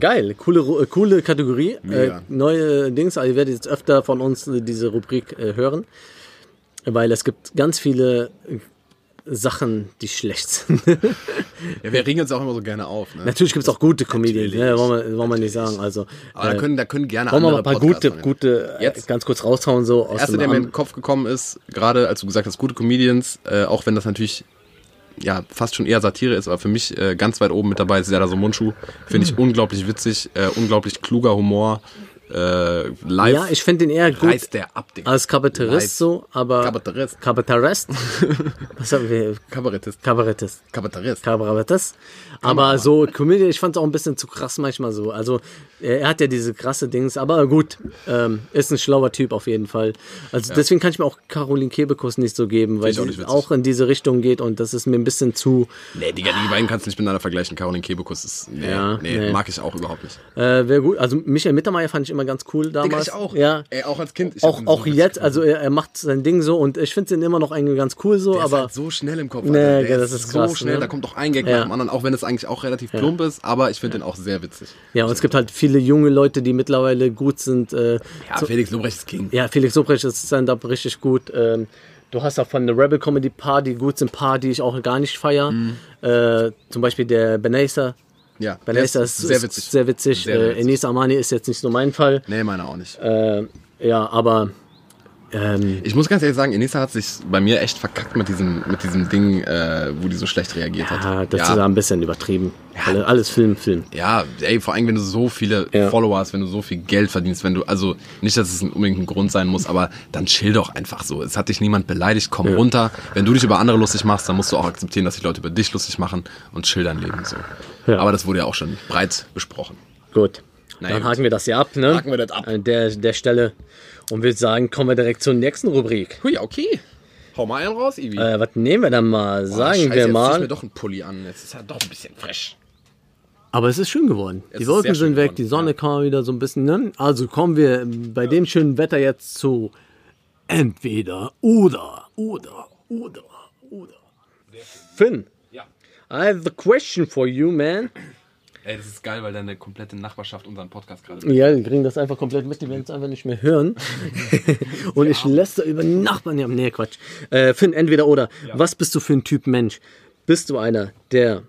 Speaker 2: geil, coole, Ru- äh, coole Kategorie. Äh,
Speaker 1: Mega.
Speaker 2: neue Dings, also ihr werdet jetzt öfter von uns äh, diese Rubrik äh, hören, weil es gibt ganz viele äh, Sachen, die schlecht sind.
Speaker 1: Ja, wir regen uns auch immer so gerne auf. Ne?
Speaker 2: Natürlich gibt es auch gute Comedians, ne,
Speaker 1: Natürlich.
Speaker 2: wollen wir, wollen wir nicht sagen. Also,
Speaker 1: Aber da,
Speaker 2: äh,
Speaker 1: können, da können gerne
Speaker 2: wollen wir mal
Speaker 1: andere
Speaker 2: ein paar
Speaker 1: Podcasts
Speaker 2: gute,
Speaker 1: von-
Speaker 2: gute äh,
Speaker 1: Jetzt?
Speaker 2: ganz kurz raushauen, so aus
Speaker 1: Der erste,
Speaker 2: dem
Speaker 1: der mir in
Speaker 2: Arm.
Speaker 1: den Kopf gekommen ist, gerade als du gesagt hast, gute Comedians, äh, auch wenn das natürlich ja fast schon eher Satire ist, aber für mich äh, ganz weit oben mit dabei ist Serdar so Mundschuh. Finde
Speaker 2: Mhm.
Speaker 1: ich unglaublich witzig, äh, unglaublich kluger Humor. Äh, live
Speaker 2: Ja, ich finde den eher gut.
Speaker 1: reißt der ab, Digga.
Speaker 2: Als Kabarettist
Speaker 1: Live.
Speaker 2: so, aber.
Speaker 1: Kabarettist.
Speaker 2: Kabarettist? Was haben wir?
Speaker 1: Kabarettist.
Speaker 2: Kabarettist.
Speaker 1: Kabarettist.
Speaker 2: Kabarettist. Aber so, Comedian, ich fand es auch ein bisschen zu krass manchmal so. Also, er er hat ja diese krasse Dings, aber gut, ähm, ist ein schlauer Typ auf jeden Fall. Also, deswegen kann ich mir auch Caroline Kebekus nicht so geben, weil
Speaker 1: ich auch nicht
Speaker 2: sie
Speaker 1: witzig.
Speaker 2: auch in diese Richtung geht und das ist mir ein bisschen zu.
Speaker 1: nee, Digga, die beiden kannst du nicht miteinander vergleichen. Caroline Kebekus ist. Nee,
Speaker 2: Ja,
Speaker 1: nee,
Speaker 2: nee.
Speaker 1: mag ich auch überhaupt nicht.
Speaker 2: Äh, Wäre gut. Also, Michael Mittermeier fand ich immer ganz cool damals. Ja.
Speaker 1: Ey, auch als Kind. Ich hab
Speaker 2: Auch,
Speaker 1: ihn so
Speaker 2: auch
Speaker 1: witzig
Speaker 2: jetzt,
Speaker 1: gefunden.
Speaker 2: also er, er macht sein Ding so und ich finde ihn immer noch irgendwie ganz cool so,
Speaker 1: Der
Speaker 2: aber.
Speaker 1: ist halt so schnell im Kopf.
Speaker 2: Nee,
Speaker 1: Alter. der
Speaker 2: das
Speaker 1: ist,
Speaker 2: ist
Speaker 1: so
Speaker 2: krass,
Speaker 1: schnell,
Speaker 2: ne?
Speaker 1: da kommt doch ein Gag
Speaker 2: Ja.
Speaker 1: nach dem anderen, auch wenn es eigentlich auch relativ plump ist, aber ich finde den auch sehr witzig.
Speaker 2: Ja, und es gibt halt viele junge Leute, die mittlerweile gut sind. Äh,
Speaker 1: Ja, Felix Lobrecht ist King.
Speaker 2: ja, Felix Lobrecht ist Stand-Up richtig gut. Ähm, du hast auch von der Rebel Comedy paar, die gut sind, paar, die ich auch gar nicht feier.
Speaker 1: Mhm.
Speaker 2: Äh, zum Beispiel der Benacer.
Speaker 1: Ja, der
Speaker 2: Benacer ist,
Speaker 1: sehr witzig.
Speaker 2: Sehr witzig.
Speaker 1: Sehr, sehr
Speaker 2: äh,
Speaker 1: witzig.
Speaker 2: Enis Amani ist jetzt nicht so mein Fall.
Speaker 1: nee, meiner auch nicht.
Speaker 2: Äh, ja, aber ähm,
Speaker 1: Ich muss ganz ehrlich sagen, Enisa hat sich bei mir echt verkackt mit diesem, mit diesem Ding, äh, wo die so schlecht reagiert
Speaker 2: ja,
Speaker 1: hat.
Speaker 2: das ist
Speaker 1: ja.
Speaker 2: ein bisschen übertrieben. Alle- Alles Film, Film.
Speaker 1: ja, ey, vor allem, wenn du so viele
Speaker 2: Ja.
Speaker 1: Follower hast, wenn du so viel Geld verdienst, wenn du, also nicht, dass es ein- unbedingt ein Grund sein muss, aber dann chill doch einfach so. Es hat dich niemand beleidigt, komm runter. Wenn du dich über andere lustig machst, dann musst du auch akzeptieren, dass die Leute über dich lustig machen und chill dein Leben so.
Speaker 2: Ja.
Speaker 1: Aber das wurde ja auch schon breit besprochen.
Speaker 2: Gut.
Speaker 1: Na
Speaker 2: Dann
Speaker 1: gut.
Speaker 2: haken wir das hier ab, ne?
Speaker 1: Haken wir das ab.
Speaker 2: An der, der Stelle. Und würde sagen, kommen wir direkt zur nächsten Rubrik.
Speaker 1: Hui, okay. Hau mal einen raus, Ivi.
Speaker 2: Äh, was nehmen wir dann mal?
Speaker 1: Ah,
Speaker 2: Sagen
Speaker 1: scheiße,
Speaker 2: wir
Speaker 1: jetzt zieh ich
Speaker 2: mal.
Speaker 1: mir doch einen Pulli an. Jetzt ist ja doch ein bisschen fresh.
Speaker 2: Aber es ist schön geworden.
Speaker 1: Es
Speaker 2: die
Speaker 1: ist
Speaker 2: Wolken
Speaker 1: sehr schön
Speaker 2: sind weg,
Speaker 1: geworden,
Speaker 2: die Sonne
Speaker 1: ja.
Speaker 2: kam wieder so ein bisschen. Ne? Also kommen wir bei dem schönen Wetter jetzt zu entweder oder oder oder oder. Finn. I have a question for you, man.
Speaker 1: Ey, das ist geil, weil deine komplette Nachbarschaft unseren Podcast gerade.
Speaker 2: Ja, die kriegen das einfach komplett mit, die werden es einfach nicht mehr hören. Und ich lästere über Nachbarn ja. Nee, Quatsch. Äh, Finn, entweder oder. Was bist du für ein Typ Mensch? Bist du einer, der,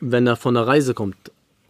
Speaker 2: wenn er von einer Reise kommt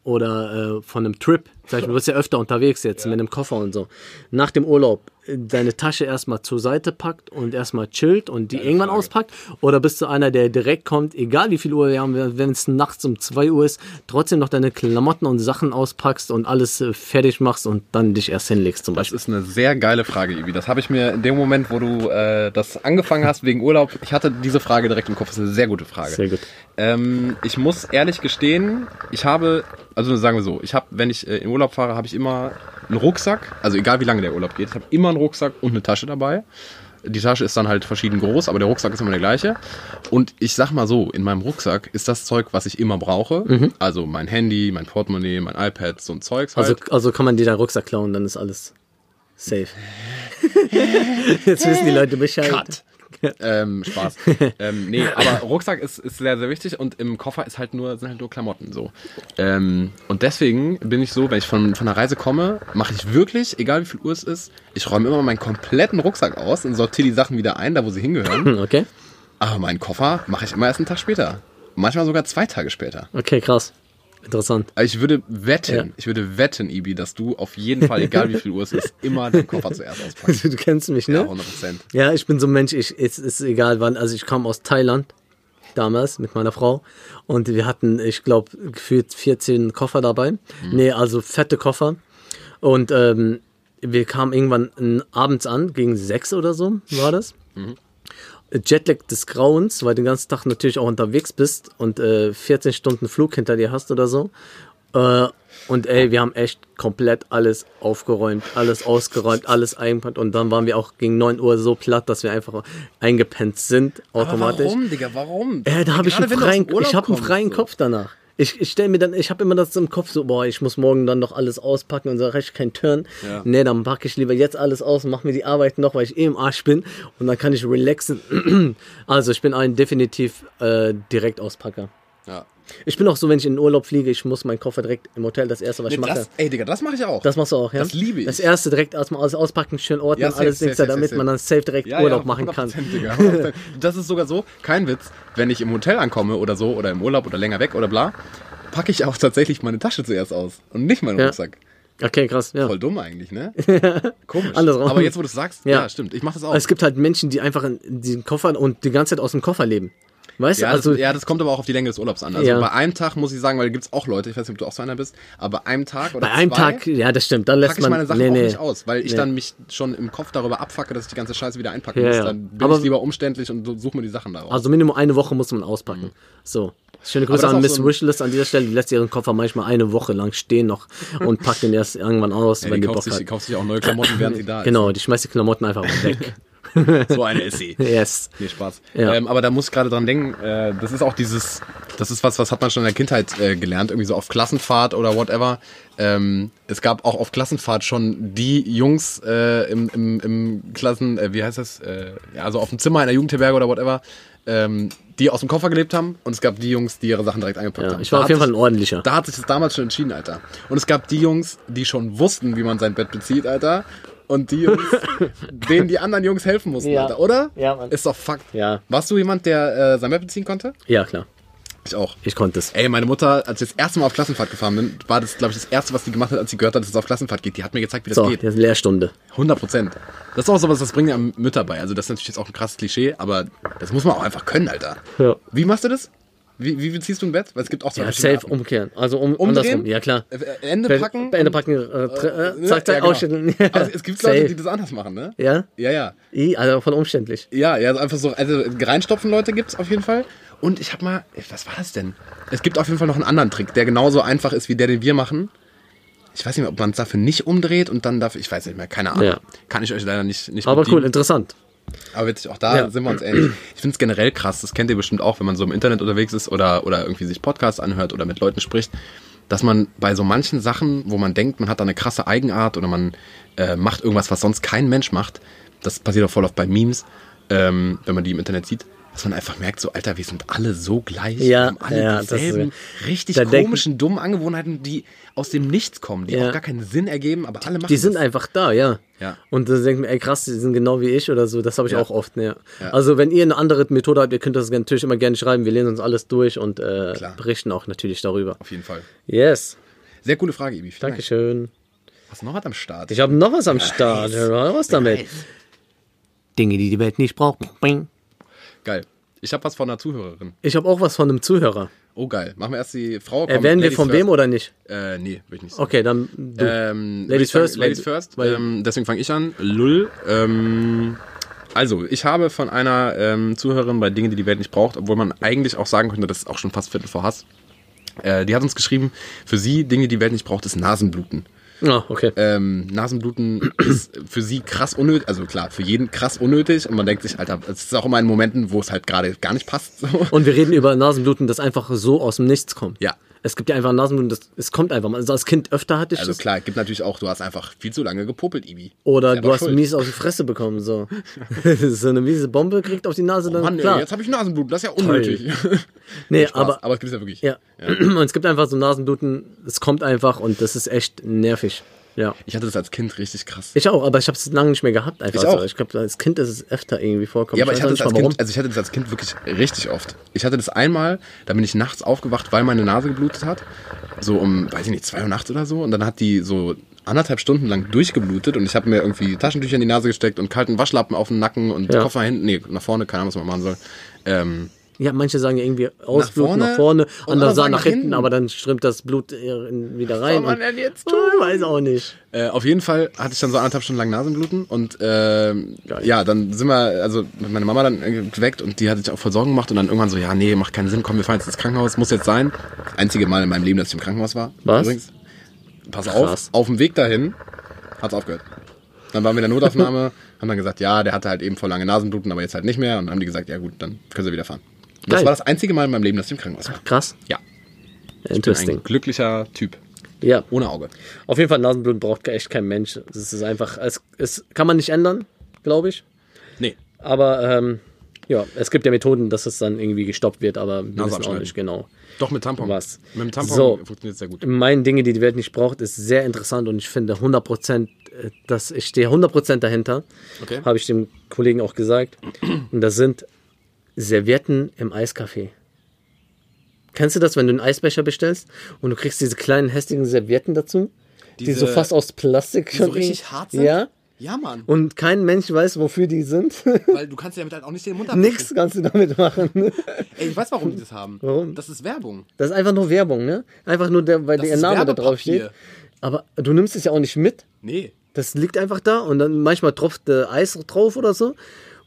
Speaker 2: oder äh, von einem Trip, sag ich mal, du bist ja öfter unterwegs jetzt mit einem Koffer und so, nach dem Urlaub äh, deine Tasche erstmal zur Seite packt und erstmal chillt und die irgendwann auspackt? Oder bist du einer, der direkt kommt, egal wie viel Uhr wir haben, wenn es nachts um 2 Uhr ist, trotzdem noch deine Klamotten und Sachen auspackst und alles äh, fertig machst und dann dich erst hinlegst zum
Speaker 1: Das
Speaker 2: Beispiel?
Speaker 1: ist eine sehr geile Frage, Ivi. Das habe ich mir in dem Moment, wo du äh, das angefangen hast wegen Urlaub, ich hatte diese Frage direkt im Kopf. Das ist eine sehr gute Frage.
Speaker 2: Sehr gut.
Speaker 1: Ähm, ich muss ehrlich gestehen, ich habe, also sagen wir so, ich habe, wenn ich äh, in Urlaub fahre, habe ich immer einen Rucksack, also egal wie lange der Urlaub geht, ich habe immer einen Rucksack und eine Tasche dabei. Die Tasche ist dann halt verschieden groß, aber der Rucksack ist immer der gleiche. Und ich sag mal so, in meinem Rucksack ist das Zeug, was ich immer brauche. Also mein Handy, mein Portemonnaie, mein iPad, so ein Zeugs halt.
Speaker 2: Mhm. Also, also kann man dir deinen Rucksack klauen, dann ist alles safe. Jetzt wissen die Leute Bescheid.
Speaker 1: Cut. ähm, Spaß. ähm, nee, aber Rucksack ist, ist sehr, sehr wichtig und im Koffer ist halt nur, sind halt nur Klamotten so. Ähm, und deswegen bin ich so, wenn ich von, von einer Reise komme, mache ich wirklich, egal wie viel Uhr es ist, ich räume immer meinen kompletten Rucksack aus und sortiere die Sachen wieder ein, da wo sie hingehören.
Speaker 2: Hm, Okay,
Speaker 1: aber meinen Koffer mache ich immer erst einen Tag später. Manchmal sogar zwei Tage später.
Speaker 2: okay, krass. Interessant.
Speaker 1: Also ich würde wetten,
Speaker 2: Ja.
Speaker 1: ich würde wetten, Ibi, dass du auf jeden Fall, egal wie viel Uhr es ist, immer den Koffer zuerst auspackst.
Speaker 2: Du kennst mich,
Speaker 1: Ja,
Speaker 2: ne?
Speaker 1: 100 Prozent.
Speaker 2: Ja, ich bin so ein Mensch, ich, es ist egal wann. Also ich kam aus Thailand damals mit meiner Frau und wir hatten, ich glaube, gefühlt 14 Koffer dabei. Nee, also fette Koffer. Und ähm, wir kamen irgendwann n- abends an, gegen sechs oder so war das. Jetlag des Grauens, weil du den ganzen Tag natürlich auch unterwegs bist und äh, 14 Stunden Flug hinter dir hast oder so. Äh, Und ey, wir haben echt komplett alles aufgeräumt, alles ausgeräumt, alles eingepackt. Und dann waren wir auch gegen 9 Uhr so platt, dass wir einfach eingepennt sind, automatisch.
Speaker 1: Digga? Warum?
Speaker 2: Äh, da habe ich, einen
Speaker 1: Gerade wenn du aus dem
Speaker 2: freien,
Speaker 1: Urlaub
Speaker 2: ich hab einen
Speaker 1: kommst,
Speaker 2: freien
Speaker 1: so.
Speaker 2: Kopf danach. Ich, ich stelle mir dann, ich habe immer das im Kopf so, boah, ich muss morgen dann noch alles auspacken und so, recht kein Turn. Nee, dann packe ich lieber jetzt alles aus und mache mir die Arbeit noch, weil ich eh im Arsch bin und dann kann ich relaxen. Also ich bin ein definitiv äh, Direktauspacker.
Speaker 1: Ja.
Speaker 2: Ich bin auch so, wenn ich in den Urlaub fliege, ich muss meinen Koffer direkt im Hotel, das erste, was
Speaker 1: Nee,
Speaker 2: ich mache.
Speaker 1: das, ey, Digga, das mache ich auch.
Speaker 2: Das machst du auch, ja?
Speaker 1: Das liebe ich.
Speaker 2: Das erste direkt erstmal alles auspacken, schön ordnen,
Speaker 1: Ja, safe,
Speaker 2: alles
Speaker 1: safe,
Speaker 2: Dings da,
Speaker 1: safe,
Speaker 2: damit
Speaker 1: safe.
Speaker 2: man dann safe direkt
Speaker 1: Ja,
Speaker 2: Urlaub
Speaker 1: ja,
Speaker 2: machen kann.
Speaker 1: 100%, Digga, 100%. das ist sogar so, kein Witz, wenn ich im Hotel ankomme oder so oder im Urlaub oder länger weg oder bla, packe ich auch tatsächlich meine Tasche zuerst aus und nicht meinen
Speaker 2: Ja.
Speaker 1: Rucksack.
Speaker 2: Okay, krass, ja.
Speaker 1: Voll dumm eigentlich, ne? Komisch.
Speaker 2: Andersrum.
Speaker 1: Aber jetzt, wo du es sagst, ja.
Speaker 2: Ja.
Speaker 1: stimmt, ich mache das auch.
Speaker 2: Aber Es gibt halt Menschen, die einfach in den Koffer und die ganze Zeit aus dem Koffer leben. Weißt du?
Speaker 1: ja,
Speaker 2: Also,
Speaker 1: das, ja, das kommt aber auch auf die Länge des Urlaubs an. Also
Speaker 2: Ja.
Speaker 1: bei einem Tag muss ich sagen, weil da gibt's auch Leute, ich weiß nicht, ob du auch so einer bist, aber bei einem Tag oder
Speaker 2: bei einem
Speaker 1: zwei
Speaker 2: Tag, ja, das stimmt. Dann lässt
Speaker 1: packe ich
Speaker 2: man.
Speaker 1: meine Sachen
Speaker 2: nee,
Speaker 1: auch
Speaker 2: nee.
Speaker 1: nicht aus, weil ich
Speaker 2: Nee.
Speaker 1: dann mich schon im Kopf darüber abfacke, dass ich die ganze Scheiße wieder einpacken
Speaker 2: Ja,
Speaker 1: muss.
Speaker 2: ja.
Speaker 1: Dann bin
Speaker 2: Aber-
Speaker 1: ich lieber umständlich und so- suche mir die Sachen daraus.
Speaker 2: Also Minimum eine Woche muss man auspacken. So. Schöne
Speaker 1: Mhm. das
Speaker 2: Grüße
Speaker 1: ist auch
Speaker 2: an Miss
Speaker 1: so ein-
Speaker 2: Wishlist an dieser Stelle. Die lässt ihren Koffer manchmal eine Woche lang stehen noch und packt den erst irgendwann aus,
Speaker 1: Ey,
Speaker 2: wenn
Speaker 1: die
Speaker 2: die
Speaker 1: kauft
Speaker 2: Bock
Speaker 1: sich, die
Speaker 2: hat.
Speaker 1: kauft sich auch neue Klamotten, während sie da ist.
Speaker 2: Genau, die schmeißt die Klamotten einfach weg.
Speaker 1: So eine ist sie.
Speaker 2: yes.
Speaker 1: Nee, Spaß.
Speaker 2: Ja.
Speaker 1: Ähm, aber da muss ich gerade dran denken, äh, das ist auch dieses, das ist was, was hat man schon in der Kindheit äh, gelernt, irgendwie so auf Klassenfahrt oder whatever. Ähm, es gab auch auf Klassenfahrt schon die Jungs äh, im, im, im Klassen, äh, wie heißt das, äh, ja, also auf dem Zimmer in der Jugendherberge oder whatever, ähm, die aus dem Koffer gelebt haben und es gab die Jungs, die ihre Sachen direkt eingepackt
Speaker 2: Ja,
Speaker 1: haben.
Speaker 2: ich war
Speaker 1: Da
Speaker 2: auf jeden
Speaker 1: hat
Speaker 2: Fall
Speaker 1: sich-
Speaker 2: ein ordentlicher.
Speaker 1: da hat sich das damals schon entschieden, Alter. Und es gab die Jungs, die schon wussten, wie man sein Bett bezieht, Alter. Und die Jungs, denen die anderen Jungs helfen mussten,
Speaker 2: Ja.
Speaker 1: Alter. Oder?
Speaker 2: Ja, Mann.
Speaker 1: Ist doch Fakt.
Speaker 2: Ja.
Speaker 1: Warst du jemand, der äh, sein Bett beziehen konnte?
Speaker 2: Ja, klar.
Speaker 1: Ich auch.
Speaker 2: Ich konnte es.
Speaker 1: Ey, meine Mutter, als ich das erste Mal auf Klassenfahrt gefahren bin, war das, glaube ich, das erste, was die gemacht hat, als sie gehört hat, dass es auf Klassenfahrt geht. Die hat mir gezeigt, wie das
Speaker 2: So,
Speaker 1: geht.
Speaker 2: jetzt Lehrstunde.
Speaker 1: 100 Prozent. Das ist auch sowas, das bringen ja Mütter bei. Also das ist natürlich jetzt auch ein krasses Klischee, aber das muss man auch einfach können, Alter.
Speaker 2: Ja.
Speaker 1: Wie machst du das? Wie, wie beziehst du ein Bett? Weil es gibt auch so
Speaker 2: Ja, safe umkehren. Also um,
Speaker 1: Umdrehen?
Speaker 2: andersrum. Ja, klar.
Speaker 1: Äh, Ende
Speaker 2: Be-
Speaker 1: packen?
Speaker 2: Ende packen, äh, tr- äh,
Speaker 1: Ne?
Speaker 2: zack, zack,
Speaker 1: Ja, genau.
Speaker 2: ausschütteln.
Speaker 1: Also es gibt
Speaker 2: Safe.
Speaker 1: Leute, die das anders machen, ne?
Speaker 2: Ja?
Speaker 1: Ja, ja.
Speaker 2: I, also von umständlich.
Speaker 1: Ja, ja, also einfach so, also reinstopfen Leute gibt's auf jeden Fall. Und ich hab mal, äh, was war das denn? Es gibt auf jeden Fall noch einen anderen Trick, der genauso einfach ist wie der, den wir machen. Ich weiß nicht mehr, ob man es dafür nicht umdreht und dann dafür, ich weiß nicht mehr, keine Ahnung.
Speaker 2: Ja.
Speaker 1: Kann ich euch leider nicht, nicht
Speaker 2: Aber
Speaker 1: bedienen.
Speaker 2: cool, interessant.
Speaker 1: Aber witzig, auch da
Speaker 2: Ja.
Speaker 1: sind wir uns ähnlich. Ich finde es generell krass, das kennt ihr bestimmt auch, wenn man so im Internet unterwegs ist oder, oder irgendwie sich Podcasts anhört oder mit Leuten spricht, dass man bei so manchen Sachen, wo man denkt, man hat da eine krasse Eigenart oder man äh, macht irgendwas, was sonst kein Mensch macht, das passiert auch voll oft bei Memes, ähm, wenn man die im Internet sieht, dass man einfach merkt, so Alter, wir sind alle so gleich, wir
Speaker 2: Ja,
Speaker 1: haben alle
Speaker 2: ja, das ist
Speaker 1: dieselben
Speaker 2: so.
Speaker 1: richtig
Speaker 2: Da denken-
Speaker 1: komischen, dummen Angewohnheiten, die aus dem Nichts kommen, die
Speaker 2: Ja.
Speaker 1: auch gar keinen Sinn ergeben, aber alle machen
Speaker 2: Die sind
Speaker 1: das.
Speaker 2: einfach da, ja.
Speaker 1: Ja.
Speaker 2: Und dann denken wir, ey krass, die sind genau wie ich oder so. Das habe ich
Speaker 1: Ja.
Speaker 2: auch oft, ne. Also wenn ihr eine andere Methode habt, ihr könnt das natürlich immer gerne schreiben. Wir lesen uns alles durch und äh,
Speaker 1: Klar.
Speaker 2: berichten auch natürlich darüber.
Speaker 1: Auf jeden Fall.
Speaker 2: Yes,
Speaker 1: Sehr coole Frage, Ibi. Vielen Dank.
Speaker 2: Dankeschön.
Speaker 1: Was noch hat am Start?
Speaker 2: Ich habe noch was am Start. Hör mal Was damit? Dinge, die die Welt nicht braucht. Bing.
Speaker 1: Geil. Ich habe was von einer Zuhörerin.
Speaker 2: Ich habe auch was von einem Zuhörer.
Speaker 1: Oh, geil. Machen wir erst die Frau.
Speaker 2: Äh, werden wir
Speaker 1: Ladies
Speaker 2: von
Speaker 1: first.
Speaker 2: wem oder nicht?
Speaker 1: Äh, nee, will ich nicht sagen.
Speaker 2: Okay, dann du.
Speaker 1: Ähm,
Speaker 2: Ladies
Speaker 1: würd ich
Speaker 2: first,
Speaker 1: sagen,
Speaker 2: weil-
Speaker 1: Ladies first.
Speaker 2: weil-
Speaker 1: ähm, deswegen fange ich an. Lull. Ähm, also, ich habe von einer ähm, Zuhörerin bei Dingen, die die Welt nicht braucht, obwohl man eigentlich auch sagen könnte, das ist auch schon fast Viertel vor Hass. Äh, die hat uns geschrieben, für sie Dinge, die die Welt nicht braucht, ist Nasenbluten.
Speaker 2: Ah, okay.
Speaker 1: ähm, Nasenbluten ist für sie krass unnötig, also klar, für jeden krass unnötig und man denkt sich, Alter, es ist auch immer in Momenten, wo es halt gerade gar nicht passt. So.
Speaker 2: Und wir reden über Nasenbluten, das einfach so aus dem Nichts kommt.
Speaker 1: Ja.
Speaker 2: Es gibt ja einfach Nasenbluten, das, es kommt einfach mal. Also als Kind öfter hatte ich
Speaker 1: Also
Speaker 2: das.
Speaker 1: klar, gibt natürlich auch, du hast einfach viel zu lange gepopelt, Ibi.
Speaker 2: Oder
Speaker 1: Selber
Speaker 2: du hast
Speaker 1: schuld.
Speaker 2: mies aus der Fresse bekommen, so. so eine miese Bombe kriegt auf die Nase, dann
Speaker 1: Oh Mann, ey,
Speaker 2: klar.
Speaker 1: jetzt habe ich Nasenbluten, das ist ja unnötig.
Speaker 2: nee,
Speaker 1: Spaß,
Speaker 2: aber,
Speaker 1: aber es gibt ja wirklich.
Speaker 2: ja. Und es gibt einfach so Nasenbluten, es kommt einfach und das ist echt nervig. Ja.
Speaker 1: Ich hatte das als Kind richtig krass.
Speaker 2: Ich auch, aber ich habe es lange nicht mehr gehabt einfach.
Speaker 1: Ich auch.
Speaker 2: So. ich glaube, als Kind ist es öfter irgendwie vorkommen.
Speaker 1: Ja, aber ich hatte,
Speaker 2: weiß
Speaker 1: das
Speaker 2: auch
Speaker 1: als
Speaker 2: nicht mal warum.
Speaker 1: kind, also ich hatte das als Kind wirklich richtig oft. Ich hatte das einmal, da bin ich nachts aufgewacht, weil meine Nase geblutet hat. So um, weiß ich nicht, zwei Uhr nachts oder so. Und dann hat die so anderthalb Stunden lang durchgeblutet und ich habe mir irgendwie Taschentücher in die Nase gesteckt und kalten Waschlappen auf den Nacken und
Speaker 2: Ja.
Speaker 1: Koffer hinten, nee, nach vorne, keine Ahnung, was man machen soll. Ähm,
Speaker 2: Ja, manche sagen irgendwie Ausblut
Speaker 1: vorne
Speaker 2: nach vorne,
Speaker 1: und
Speaker 2: andere sagen nach
Speaker 1: nach hinten.
Speaker 2: hinten, aber dann strömt das Blut eher in- wieder rein.
Speaker 1: man
Speaker 2: und-
Speaker 1: denn jetzt
Speaker 2: Ah, weiß auch nicht.
Speaker 1: Äh, auf jeden Fall hatte ich dann so anderthalb Stunden lang Nasenbluten und ähm, ja, dann sind wir, also meine Mama dann äh, geweckt und die hat sich auch voll Sorgen gemacht und dann irgendwann so, ja, nee, macht keinen Sinn, komm, wir fahren jetzt ins Krankenhaus, muss jetzt sein. Einzige Mal in meinem Leben, dass ich im Krankenhaus war.
Speaker 2: Was?
Speaker 1: pass
Speaker 6: Krass.
Speaker 1: auf, auf dem Weg dahin hat's aufgehört. Dann waren wir in der Notaufnahme, haben dann gesagt, ja, der hatte halt eben vor lange Nasenbluten, aber jetzt halt nicht mehr. Und dann haben die gesagt, ja gut, dann können sie wieder fahren. Und das
Speaker 2: Geil.
Speaker 1: war das einzige Mal in meinem Leben, dass ich im Krankenhaus war.
Speaker 2: Krass.
Speaker 1: Ja, ich bin ein
Speaker 2: Interesting.
Speaker 1: glücklicher Typ.
Speaker 2: Ja.
Speaker 1: Ohne Auge.
Speaker 2: Auf jeden Fall, Nasenbluten braucht echt kein Mensch. Es ist einfach, es, es kann man nicht ändern, glaube ich.
Speaker 1: Nee.
Speaker 2: Aber ähm, ja, es gibt ja Methoden, dass es dann irgendwie gestoppt wird, aber wir wissen auch
Speaker 1: abschneiden.
Speaker 2: nicht genau.
Speaker 1: Doch mit Tampon.
Speaker 2: Was?
Speaker 1: Mit dem Tampon
Speaker 2: So.
Speaker 1: funktioniert sehr gut.
Speaker 2: Mein Dinge, die die Welt nicht braucht, ist sehr interessant und ich finde 100%, äh, dass ich stehe 100% dahinter.
Speaker 1: Okay.
Speaker 2: Habe ich dem Kollegen auch gesagt. Und das sind Servietten im Eiskaffee. Kennst du das, wenn du einen Eisbecher bestellst und du kriegst diese kleinen hässlichen Servietten dazu, die
Speaker 1: Diese-
Speaker 2: so fast aus Plastik
Speaker 1: so richtig hart sind?
Speaker 2: Ja.
Speaker 1: Ja, Mann.
Speaker 2: Und kein Mensch weiß, wofür die sind.
Speaker 1: Weil du kannst ja damit halt auch nicht den Mund abwischen.
Speaker 2: Nix kannst du damit machen.
Speaker 1: Ey, ich weiß, warum die das haben.
Speaker 2: Warum?
Speaker 1: Das ist Werbung.
Speaker 2: Das ist einfach nur Werbung, ne? Einfach nur, der, weil
Speaker 1: Das
Speaker 2: der
Speaker 1: ist
Speaker 2: Name da
Speaker 1: Werbepapier.
Speaker 2: drauf steht. Aber du nimmst es ja auch nicht mit.
Speaker 1: Nee.
Speaker 2: Das liegt einfach da und dann manchmal tropft äh, Eis drauf oder so.